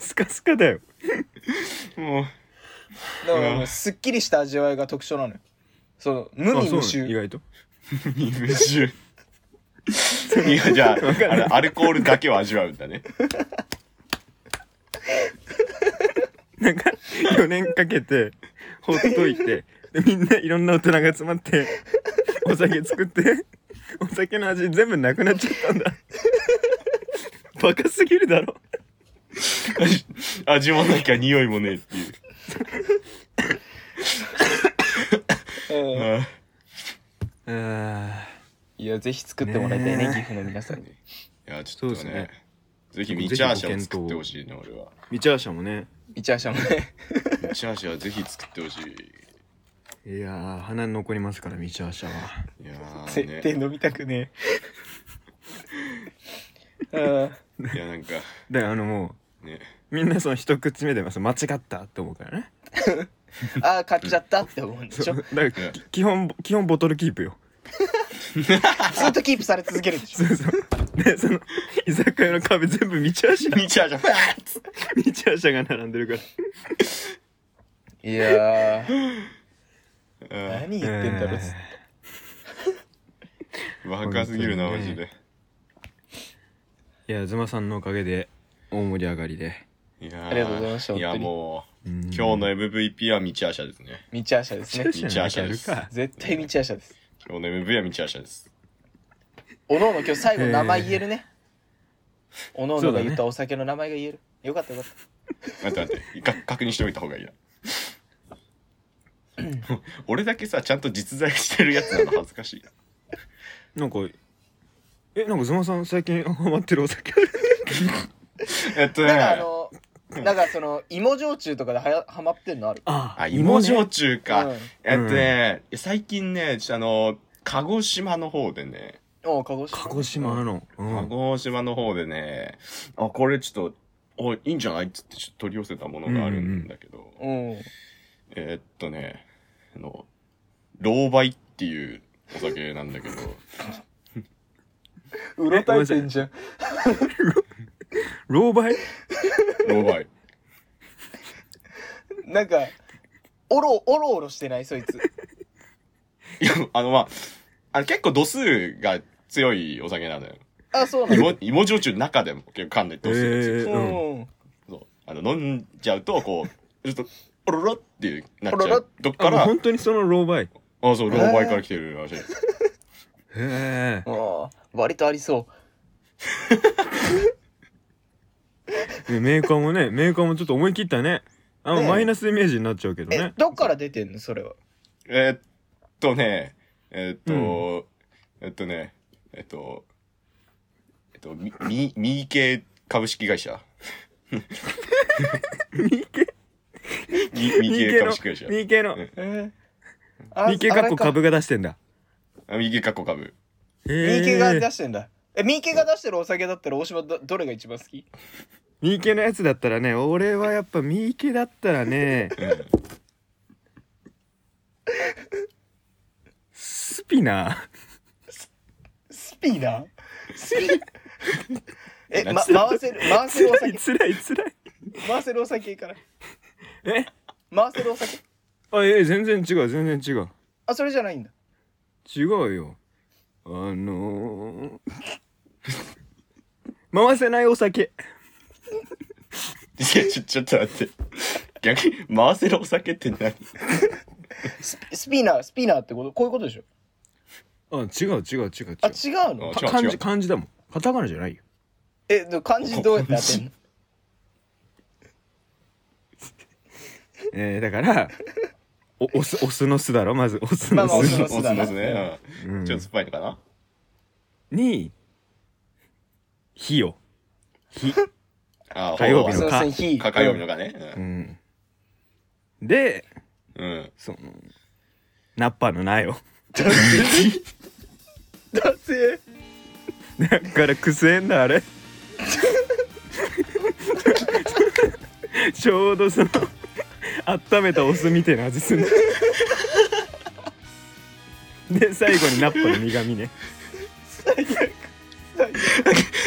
[SPEAKER 2] スカスカだよ。
[SPEAKER 3] もう、
[SPEAKER 1] だからもうすっきりした味わいが特徴なのよ。その無味無
[SPEAKER 2] なの意
[SPEAKER 1] 臭。
[SPEAKER 2] 外と。
[SPEAKER 3] 二無臭。いや、じゃあ、あれ、アルコールだけを味わうんだね。
[SPEAKER 2] なんか、4年かけて、ほっといて、でみんないろんな大人が集まって、お酒作って、お酒の味全部なくなっちゃったんだ。バカすぎるだろ。
[SPEAKER 3] 味 味もなきゃ匂いもねえっていう。
[SPEAKER 1] うん
[SPEAKER 3] あ
[SPEAKER 2] うーん。
[SPEAKER 1] いや、ぜひ作ってもらいたい
[SPEAKER 2] ね
[SPEAKER 1] ね、
[SPEAKER 2] え
[SPEAKER 1] 岐阜の皆さんに。
[SPEAKER 3] ーいや、ちょっ
[SPEAKER 2] そ
[SPEAKER 3] と
[SPEAKER 2] うで
[SPEAKER 3] ね、
[SPEAKER 2] すね
[SPEAKER 3] ぜひミチャーシャを作ってほしいね、俺は。
[SPEAKER 2] ミチャーシャもね、
[SPEAKER 1] イチャーシャもね。
[SPEAKER 3] ミチャーシャはぜひ作ってほしい。
[SPEAKER 2] いやー、鼻に残りますから、ミチャーシャは。
[SPEAKER 3] いや
[SPEAKER 1] 絶
[SPEAKER 3] ー
[SPEAKER 1] 対
[SPEAKER 3] ね、
[SPEAKER 1] 飲みたくねえ。 うん
[SPEAKER 3] いや、なんか、
[SPEAKER 2] で、あのもう、
[SPEAKER 3] ね、
[SPEAKER 2] みんなその一口目でまず間違ったって思うからね
[SPEAKER 1] ああ、買っちゃったって思うんでし
[SPEAKER 2] そ
[SPEAKER 1] ょ
[SPEAKER 2] う。だからき基本基本ボトルキープよ
[SPEAKER 1] ずっとキープされ続けるでしょ
[SPEAKER 2] そ。うそうでその居酒屋の壁全部道足道
[SPEAKER 3] ミチャーシャ、ふわーっつって
[SPEAKER 2] 足が並んでるから
[SPEAKER 1] いやー、
[SPEAKER 3] うん
[SPEAKER 1] 何言ってんだろう。
[SPEAKER 3] 若すぎるな、マジで。
[SPEAKER 2] えーいやズマさんのおかげで大盛り上がりで
[SPEAKER 3] いやー
[SPEAKER 1] ありがとうございました
[SPEAKER 3] いや、
[SPEAKER 1] 本当に
[SPEAKER 3] もう、
[SPEAKER 2] 今
[SPEAKER 3] 今日の MVP はミチャーシャですね。
[SPEAKER 1] ミチャーシャですね。
[SPEAKER 3] 道足です
[SPEAKER 2] か
[SPEAKER 1] 絶対ミチャーシャです。
[SPEAKER 3] 今日の MVP はミチャーシャです。
[SPEAKER 1] おのおの今日最後名前言えるね。おのおのが言ったお酒の名前が言える。よかったよかっ
[SPEAKER 3] 待って待って、か確認しておいた方 がいいな。俺だけさ、ちゃんと実在してるやつなの恥ずかしいな。
[SPEAKER 2] なんかえなんかズマさん最近 ハマってるお酒ある
[SPEAKER 3] えっと
[SPEAKER 1] た。なんかあ
[SPEAKER 3] ね、
[SPEAKER 1] の、なんかその、芋焼酎とかではやハマってんのある。
[SPEAKER 2] あ
[SPEAKER 3] あ、芋焼酎
[SPEAKER 1] う
[SPEAKER 3] か
[SPEAKER 1] ん。
[SPEAKER 3] えっとね、最近ね、ちょあの、鹿児島の方でね、
[SPEAKER 1] おう鹿児島。
[SPEAKER 2] 鹿児島な。の、うん
[SPEAKER 3] 鹿児島の方でね、あ、これちょっと、おいいんじゃないっつってちょっと取り寄せたものがあるんだけど、
[SPEAKER 1] うん。
[SPEAKER 3] えーっとね、あの、老梅っていうお酒なんだけど、
[SPEAKER 1] うろたえてんじゃん。
[SPEAKER 2] 老媒
[SPEAKER 3] ローバイ。
[SPEAKER 1] なんか、おろ、おろおろしてない、そいつ。
[SPEAKER 3] いや、あのまあ、あれ結構度数が強いお酒なのよ。
[SPEAKER 1] あ、そうなんだ。
[SPEAKER 3] 芋、芋焼酎の中でも結構噛んで度数が強い。
[SPEAKER 2] えー
[SPEAKER 1] う
[SPEAKER 2] うん
[SPEAKER 1] ん。
[SPEAKER 3] そう。あの、飲んじゃうと、こう、ちょっと、おろろっていうなっ
[SPEAKER 1] お
[SPEAKER 3] ち
[SPEAKER 1] ろろ
[SPEAKER 3] ゃう。どっ
[SPEAKER 2] あ
[SPEAKER 3] か
[SPEAKER 2] もう
[SPEAKER 3] ら、
[SPEAKER 2] 本当にその老媒へ
[SPEAKER 3] あ、そう、ローバイから来てるらしい。
[SPEAKER 2] え
[SPEAKER 1] ああ、割とありそう。
[SPEAKER 2] ねメーカーもねメーカーもちょっと思い切ったねあ、
[SPEAKER 1] ね
[SPEAKER 2] マイナスイメージになっちゃうけど
[SPEAKER 1] え
[SPEAKER 2] ね、
[SPEAKER 1] どっから出てんのそれは。
[SPEAKER 3] えーっとね、えーっと、えーっとね、えーっと、えーっと、み、み、み系株式会社。み系み、み系株式会社。
[SPEAKER 2] 右系の
[SPEAKER 3] うん
[SPEAKER 1] ええ。
[SPEAKER 2] 右系かっこ株が出してんだ
[SPEAKER 3] あみ系かっこ株。
[SPEAKER 1] ミ
[SPEAKER 2] へ
[SPEAKER 1] ーケが出
[SPEAKER 2] え
[SPEAKER 1] してんだ。え、ミーケが出してるお酒だったら大島どどれが一番好き
[SPEAKER 2] 右系のやつだったらね俺はやっぱ右系だったらね
[SPEAKER 3] うん
[SPEAKER 2] スピナ
[SPEAKER 1] スピーナースピーえ、 ま、
[SPEAKER 3] 何
[SPEAKER 1] 回せる、回せ
[SPEAKER 2] ー
[SPEAKER 1] るお
[SPEAKER 2] 辛い
[SPEAKER 1] 酒、
[SPEAKER 2] 辛い辛い
[SPEAKER 1] 回せるお酒から。
[SPEAKER 2] え
[SPEAKER 1] 回せるお酒。
[SPEAKER 2] あえ全然違う全然違う
[SPEAKER 1] あ、それじゃないんだ。
[SPEAKER 2] 違うよあのー、 回せないお酒
[SPEAKER 3] いや、ちょ、ちょっと待って。逆に、回せるお酒って何
[SPEAKER 1] スピスピーナー、スピーナーってこと、こういうことでしょ
[SPEAKER 2] あ違う違う違う違う
[SPEAKER 1] あ、違うの
[SPEAKER 3] あ
[SPEAKER 2] か
[SPEAKER 3] 違う
[SPEAKER 2] 漢
[SPEAKER 3] 違
[SPEAKER 2] 字
[SPEAKER 3] う
[SPEAKER 2] 漢字だもんカタカナじゃないよ
[SPEAKER 1] え、で漢字どうやって当てんの
[SPEAKER 2] えー、だからおお酢お酢の酢だろまずお酢
[SPEAKER 1] まあ
[SPEAKER 2] の
[SPEAKER 1] まあ
[SPEAKER 2] 酢、
[SPEAKER 1] 酢の
[SPEAKER 3] お酢
[SPEAKER 1] だな
[SPEAKER 3] の酢ね。
[SPEAKER 2] う
[SPEAKER 3] うんんちょっと酸っぱいのかな
[SPEAKER 2] に火よ火、
[SPEAKER 3] あ、
[SPEAKER 2] 火曜日
[SPEAKER 1] すい
[SPEAKER 2] の
[SPEAKER 1] ません、火。
[SPEAKER 3] か火曜日のかね
[SPEAKER 2] う。ん、で
[SPEAKER 3] うん。うん
[SPEAKER 2] そのナッパの苗を
[SPEAKER 1] だぜ。
[SPEAKER 2] だからくせえんだあれ ちょうどその温めたお酢みたいな味するで最後にナッパの苦味ね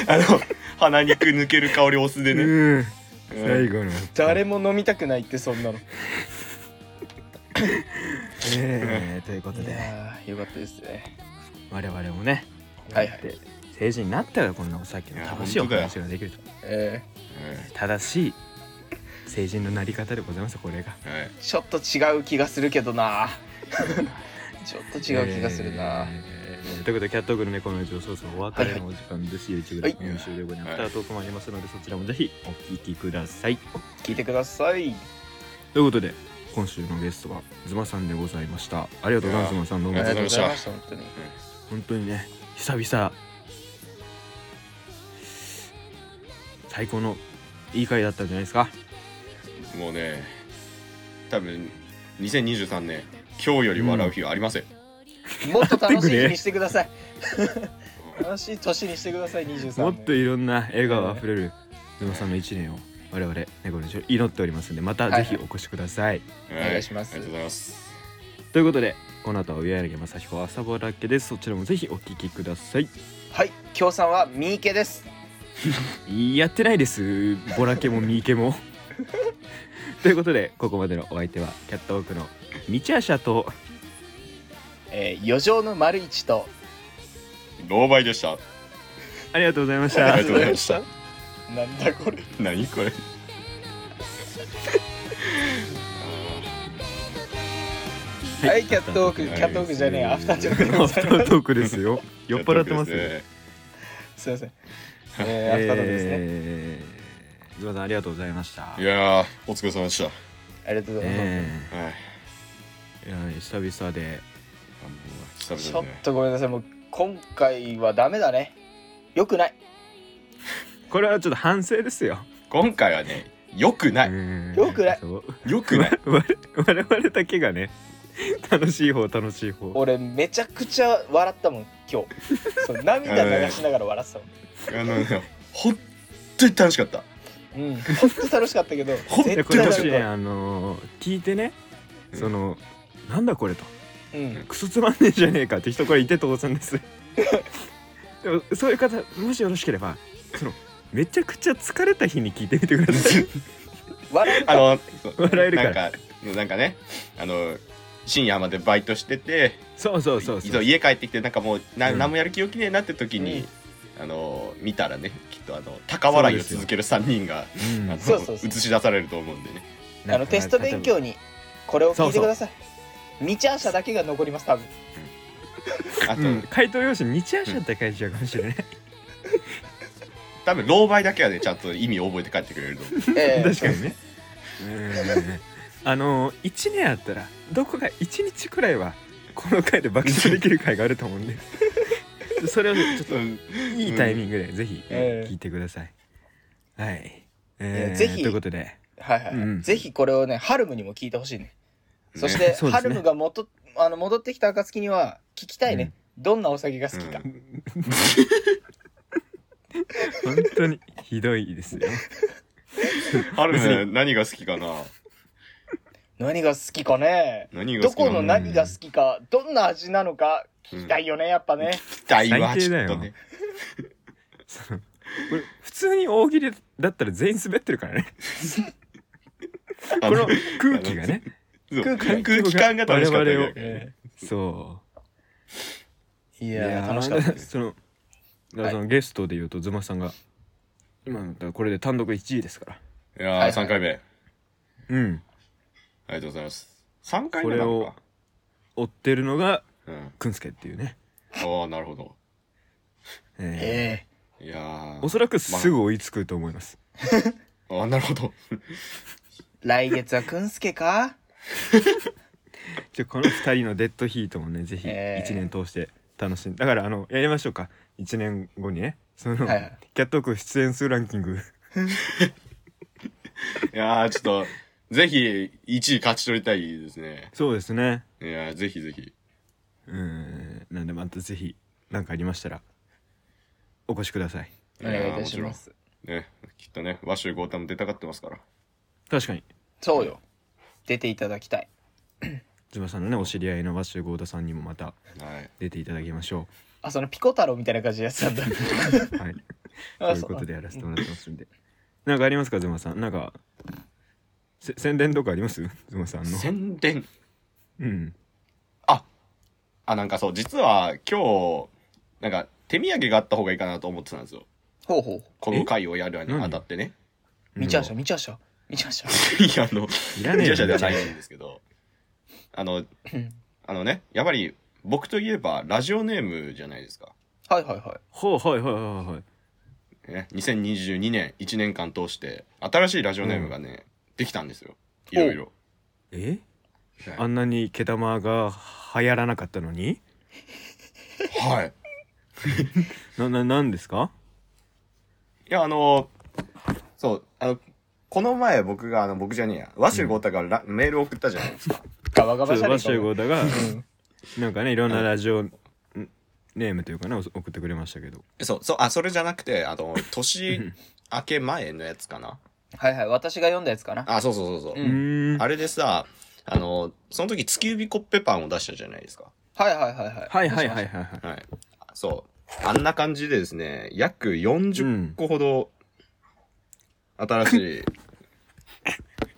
[SPEAKER 3] あの、鼻肉抜ける香りお酢でね。
[SPEAKER 2] うん
[SPEAKER 3] うん
[SPEAKER 2] 最後の
[SPEAKER 1] 誰も飲みたくないって、そんなの。
[SPEAKER 2] えーということ
[SPEAKER 1] い
[SPEAKER 2] で
[SPEAKER 1] やー、よかったですね。
[SPEAKER 2] 我々もね
[SPEAKER 1] はいはい。
[SPEAKER 2] で成人になったらこんなお酒の楽しい
[SPEAKER 3] いや
[SPEAKER 2] お
[SPEAKER 3] 本当だよ
[SPEAKER 2] 話ができると
[SPEAKER 1] え
[SPEAKER 2] 正しい成人のなり方でございますこれが
[SPEAKER 3] うんはい
[SPEAKER 1] ー、ちょっと違う気がするけど な。ちょっと違う気がするな。
[SPEAKER 2] えーということでキャットオークの猫の上そろそろお別れのお時間です、YouTube で
[SPEAKER 1] はい
[SPEAKER 2] 今週でございます、
[SPEAKER 3] はい
[SPEAKER 2] アフタートークもありますのでそちらもぜひお聞きください
[SPEAKER 1] 聞いてください。
[SPEAKER 2] ということで今週のゲストはズマさんでございましたありがとうございますズマさんどう
[SPEAKER 1] あ
[SPEAKER 2] も
[SPEAKER 1] り
[SPEAKER 3] り
[SPEAKER 1] がと
[SPEAKER 3] がと
[SPEAKER 1] うご
[SPEAKER 3] うご
[SPEAKER 1] ざ
[SPEAKER 3] ざ
[SPEAKER 1] い
[SPEAKER 3] い
[SPEAKER 1] ま
[SPEAKER 3] ま
[SPEAKER 1] し、
[SPEAKER 3] した
[SPEAKER 1] 本当に。
[SPEAKER 2] 本当にね久々最高のいい回だったんじゃないですか
[SPEAKER 3] もうね多分2023年今日より笑う日はありません、
[SPEAKER 1] もっと楽しい
[SPEAKER 2] 待ってく
[SPEAKER 1] 日
[SPEAKER 2] れ
[SPEAKER 1] にしてください。 楽しい年にしてください、23年。
[SPEAKER 2] もっといろんな笑顔あふれるズマさんの一年を我々猫の上祈っておりますんでまたぜひお越しください
[SPEAKER 1] お願いします
[SPEAKER 3] ありがとうございます
[SPEAKER 2] ということでこの後は上柳正彦朝ぼらけですそちらもぜひお聞きください
[SPEAKER 1] はい、協賛は三池です。
[SPEAKER 2] やってないですぼらけもみーけも ということでここまでのお相手はキャットウォークの道足と
[SPEAKER 1] えー、余剰の丸一と。
[SPEAKER 3] 狼狽でした
[SPEAKER 2] ありがとうございまし
[SPEAKER 3] あ
[SPEAKER 2] た
[SPEAKER 3] りがとうございました。
[SPEAKER 1] なんだこれ。
[SPEAKER 3] 何これ
[SPEAKER 1] はい、キャットウォー
[SPEAKER 3] は
[SPEAKER 1] ク、
[SPEAKER 3] い
[SPEAKER 1] キャットウォークじゃねえ、アフターチョークでご
[SPEAKER 2] アフ
[SPEAKER 1] ざ
[SPEAKER 2] タ
[SPEAKER 1] いま
[SPEAKER 2] ートークですよ酔っ払ってますよ、
[SPEAKER 3] ね
[SPEAKER 1] す。すいません。えー、アフタートークですね。
[SPEAKER 2] えーズマさんありがとうございました
[SPEAKER 3] いやーお疲れ様でした、
[SPEAKER 1] ありがとうございます。
[SPEAKER 2] え
[SPEAKER 3] はい、
[SPEAKER 2] ーいや久々で
[SPEAKER 3] あもう久
[SPEAKER 1] ちょ
[SPEAKER 3] 々
[SPEAKER 1] っ
[SPEAKER 3] でね
[SPEAKER 1] とごめんなさい、もう今回はダメだね。よくない。
[SPEAKER 2] これはちょっと反省ですよ
[SPEAKER 3] 今回はね良くない
[SPEAKER 1] よくない
[SPEAKER 2] そう
[SPEAKER 3] 良 くない
[SPEAKER 2] 我々我々だけがね楽しい方楽しい方
[SPEAKER 1] 俺、めちゃくちゃ笑ったもん、今日。そう涙流しながら笑ってたもん。
[SPEAKER 3] あのね本当に楽しかった
[SPEAKER 1] うん、本当楽しかったけど、
[SPEAKER 3] ほんと
[SPEAKER 2] で
[SPEAKER 1] 絶
[SPEAKER 2] これ
[SPEAKER 1] 対
[SPEAKER 2] も
[SPEAKER 1] 楽し
[SPEAKER 2] し
[SPEAKER 1] かっ
[SPEAKER 2] ねあのー聞いてね、
[SPEAKER 3] うん
[SPEAKER 2] そのなんだこれと
[SPEAKER 1] た。うん、
[SPEAKER 2] クソつまんねえじゃねえ かって人これいて当然ですでもそういう方もしよろしければそのめちゃくちゃ疲れた日に聞いてみてください
[SPEAKER 1] 笑う
[SPEAKER 3] あのそう
[SPEAKER 2] 笑えるから
[SPEAKER 3] なんかなんかねあの深夜までバイトしてて
[SPEAKER 2] そうそうそうそう
[SPEAKER 3] い家帰ってきてなんかもうな
[SPEAKER 2] うん
[SPEAKER 3] 何もやる気起きねえなって時に、あの見たらねきっとあの高笑いを続ける3人が
[SPEAKER 2] うん
[SPEAKER 3] あの
[SPEAKER 1] そうそうそう
[SPEAKER 3] 映し出されると思うんでね
[SPEAKER 1] あのテスト勉強にこれを聞いて
[SPEAKER 2] そうそう
[SPEAKER 1] ください未チャン者だけが残ります多分
[SPEAKER 3] あと、
[SPEAKER 2] うん、回答用紙日夜社って書いちゃうかもしれない、
[SPEAKER 3] 多分狼狽だけはねちゃんと意味を覚えて帰ってくれると思う
[SPEAKER 1] ええ
[SPEAKER 2] 確かにねうんあの1年あったらどこか1日くらいはこの回で爆笑できる回があると思う んでそれをねちょっと
[SPEAKER 3] うん
[SPEAKER 2] いいタイミングでぜひ
[SPEAKER 1] ええ
[SPEAKER 2] 聞いてください、はい、え
[SPEAKER 1] いや
[SPEAKER 2] ー、
[SPEAKER 1] ぜひ
[SPEAKER 2] ということで
[SPEAKER 1] はいはい、
[SPEAKER 2] うん
[SPEAKER 1] ぜひこれをねハルムにも聞いてほしいね そして
[SPEAKER 2] ねそうですね
[SPEAKER 1] ハルムが元あの戻ってきた暁には聞きたいね、どんなお酒が好きか、
[SPEAKER 3] う
[SPEAKER 2] 本当にひどいですよ
[SPEAKER 3] あるね何が好きかな
[SPEAKER 1] 何が好きかね
[SPEAKER 3] 何が
[SPEAKER 1] ど
[SPEAKER 3] 好き
[SPEAKER 1] こ
[SPEAKER 3] か
[SPEAKER 1] の
[SPEAKER 3] な
[SPEAKER 1] 何が好きかどんな味なのか聞きたいよね、やっぱね
[SPEAKER 3] 期待は
[SPEAKER 2] 最低
[SPEAKER 3] ち
[SPEAKER 2] だ
[SPEAKER 3] ょ
[SPEAKER 2] よ
[SPEAKER 3] っとね
[SPEAKER 2] そのこれ普通に大喜利だったら全員滑ってるからね
[SPEAKER 3] あ
[SPEAKER 2] この
[SPEAKER 3] の
[SPEAKER 2] 空気がね
[SPEAKER 3] そう
[SPEAKER 1] 空
[SPEAKER 3] 空
[SPEAKER 1] 気が
[SPEAKER 3] 気感が楽しかったよ
[SPEAKER 2] 我
[SPEAKER 3] ね
[SPEAKER 1] え
[SPEAKER 2] そう
[SPEAKER 1] えい
[SPEAKER 2] い
[SPEAKER 1] やー楽しかった
[SPEAKER 2] ーそのだからそ
[SPEAKER 1] は
[SPEAKER 2] のゲストで言うとズマさんが今だからこれで単独1位ですから
[SPEAKER 3] い
[SPEAKER 1] はいは
[SPEAKER 3] や
[SPEAKER 1] い
[SPEAKER 3] ー3回目あ
[SPEAKER 2] うん
[SPEAKER 3] りがとうございます3回目な
[SPEAKER 2] こ
[SPEAKER 3] の
[SPEAKER 2] れを追ってるのが
[SPEAKER 3] かうん
[SPEAKER 2] くんすけっていうね、
[SPEAKER 3] ああなるほど
[SPEAKER 2] え
[SPEAKER 1] え
[SPEAKER 3] いや
[SPEAKER 2] ー
[SPEAKER 3] ー
[SPEAKER 2] おそらくすぐ追いつくと思います、
[SPEAKER 3] あなるほど
[SPEAKER 1] え来月はくんすけか
[SPEAKER 2] じゃあこの2人のデッドヒートもねぜひ
[SPEAKER 1] えー
[SPEAKER 2] 1年通して楽しんでだからあのやりましょうか1年後にねその、
[SPEAKER 1] はいはい
[SPEAKER 2] キャットオーク出演数ランキング
[SPEAKER 3] いやーちょっとぜひ1位勝ち取りたいですね
[SPEAKER 2] そうですね
[SPEAKER 3] いやーぜひぜひ
[SPEAKER 2] うんなんでまたぜひ何かありましたらお越しください
[SPEAKER 1] お願いいたし
[SPEAKER 3] やーも
[SPEAKER 1] ま
[SPEAKER 3] ち
[SPEAKER 1] す
[SPEAKER 3] ろんねきっとね和州豪太も出たがってますから
[SPEAKER 2] 確かに
[SPEAKER 1] そうよ出ていただきたい
[SPEAKER 2] ズマさんのねお知り合いの和州豪太さんにもまた
[SPEAKER 3] はい
[SPEAKER 2] 出ていただきましょ
[SPEAKER 1] あそのピコ太郎みたいな感じでやってたんだ
[SPEAKER 2] う。はい。と
[SPEAKER 1] あ
[SPEAKER 2] いう
[SPEAKER 1] そ
[SPEAKER 2] ことでやらせてもらってますんで。なんかありますか、ズマさん。なんか。せ宣伝とかあります、ズマさんの。
[SPEAKER 3] 宣伝
[SPEAKER 2] うん。
[SPEAKER 3] あなんかそう実は今日なんか手土産があった方がいいかなと思ってたんですよ
[SPEAKER 1] ほうほう
[SPEAKER 3] この回をやるに
[SPEAKER 2] え
[SPEAKER 3] あたってね
[SPEAKER 1] 見ちゃうし
[SPEAKER 2] う
[SPEAKER 1] ゃ見ちゃうしゃ見ちゃうしゃ
[SPEAKER 3] い やあの
[SPEAKER 2] ん。いらねえ
[SPEAKER 3] 自
[SPEAKER 2] よ。
[SPEAKER 3] 転車ではないんですけどあの
[SPEAKER 1] うん
[SPEAKER 3] あのねやっぱり僕といえばラジオネームじゃないですか、
[SPEAKER 1] はいはい はい
[SPEAKER 2] ほう、はい、はい、はい、はい。
[SPEAKER 3] ね、2022年1年間通して新しいラジオネームがね、できたんですよいろいろ
[SPEAKER 2] え。
[SPEAKER 3] はい
[SPEAKER 2] あんなに毛玉が流行らなかったのに。
[SPEAKER 3] はい
[SPEAKER 2] な、な、なんですか。
[SPEAKER 3] いや、あの、そう、あの、この前僕が、あの、僕じゃねえや、和州豪太がラ、メール送ったじゃないですか。
[SPEAKER 1] ガバガ
[SPEAKER 2] そ
[SPEAKER 1] バ
[SPEAKER 2] う
[SPEAKER 1] じゃね
[SPEAKER 2] 和
[SPEAKER 1] えか
[SPEAKER 2] 州豪太が。
[SPEAKER 1] うん
[SPEAKER 2] なんかね、いろんなラジオ。んネームというかね、お送ってくれましたけど。
[SPEAKER 3] そう、そう、あ、それじゃなくて、あの、年明け前のやつかな。
[SPEAKER 1] はいはい私が読んだやつかな
[SPEAKER 3] あ、そうそうそうそう
[SPEAKER 2] うん
[SPEAKER 3] う。
[SPEAKER 2] ーん。
[SPEAKER 3] あれでさ、あの、その時、月指コッペパンを出したじゃないですか。
[SPEAKER 1] はいはいはいはい
[SPEAKER 2] はい、はい、はい、はい、はい。
[SPEAKER 3] はい。そう。あんな感じでですね、約
[SPEAKER 2] う
[SPEAKER 3] 40
[SPEAKER 2] ん
[SPEAKER 3] 個ほど、新しい、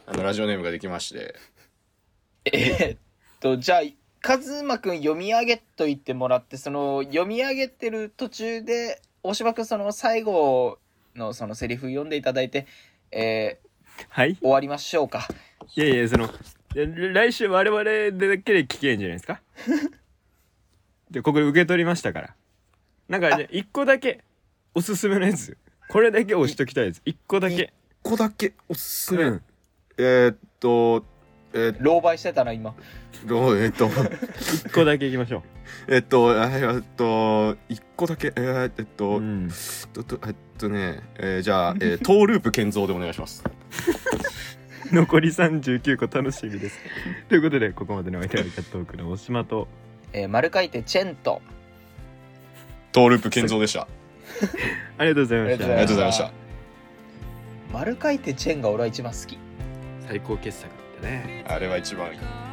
[SPEAKER 3] あの、ラジオネームができまして。
[SPEAKER 1] えーっとじゃあカズマくん読み上げと言ってもらってその読み上げてる途中で大島くんその最後のそのセリフ読んでいただいて、え
[SPEAKER 2] はい
[SPEAKER 1] ー、。終わりましょうか
[SPEAKER 2] いやいやそのいや来週我々だけで聞けんじゃないです かでここで受け取りましたからなんか
[SPEAKER 1] あ
[SPEAKER 2] じゃあ一個だけおすすめのやつこれだけ押しときたいです一個だけ
[SPEAKER 3] ここだけおすす
[SPEAKER 2] うん
[SPEAKER 3] えーっと、えーっと、
[SPEAKER 1] 狼狽してたな今
[SPEAKER 3] どうえーっと、
[SPEAKER 2] 一個だけいきまし ょ
[SPEAKER 3] えーっと、えーっと、一個だけ、えーえーっ
[SPEAKER 2] う、
[SPEAKER 3] と、
[SPEAKER 2] うん、
[SPEAKER 3] えっと、えーっとね、えーじゃあ、えー、トーループ建造でお願いします。
[SPEAKER 2] 残り39個楽しみですということでここまでのお相手はキャットウォークの大島と
[SPEAKER 1] えー、丸書いてチェンと
[SPEAKER 3] トーループ建造でした。
[SPEAKER 2] ありがとうございまし
[SPEAKER 1] ありがとうございま
[SPEAKER 2] た
[SPEAKER 3] ありがとうございました。
[SPEAKER 1] 丸書いてチェンが俺は一番好き
[SPEAKER 2] 最高傑作だったね
[SPEAKER 3] あれは一番いい。
[SPEAKER 4] 「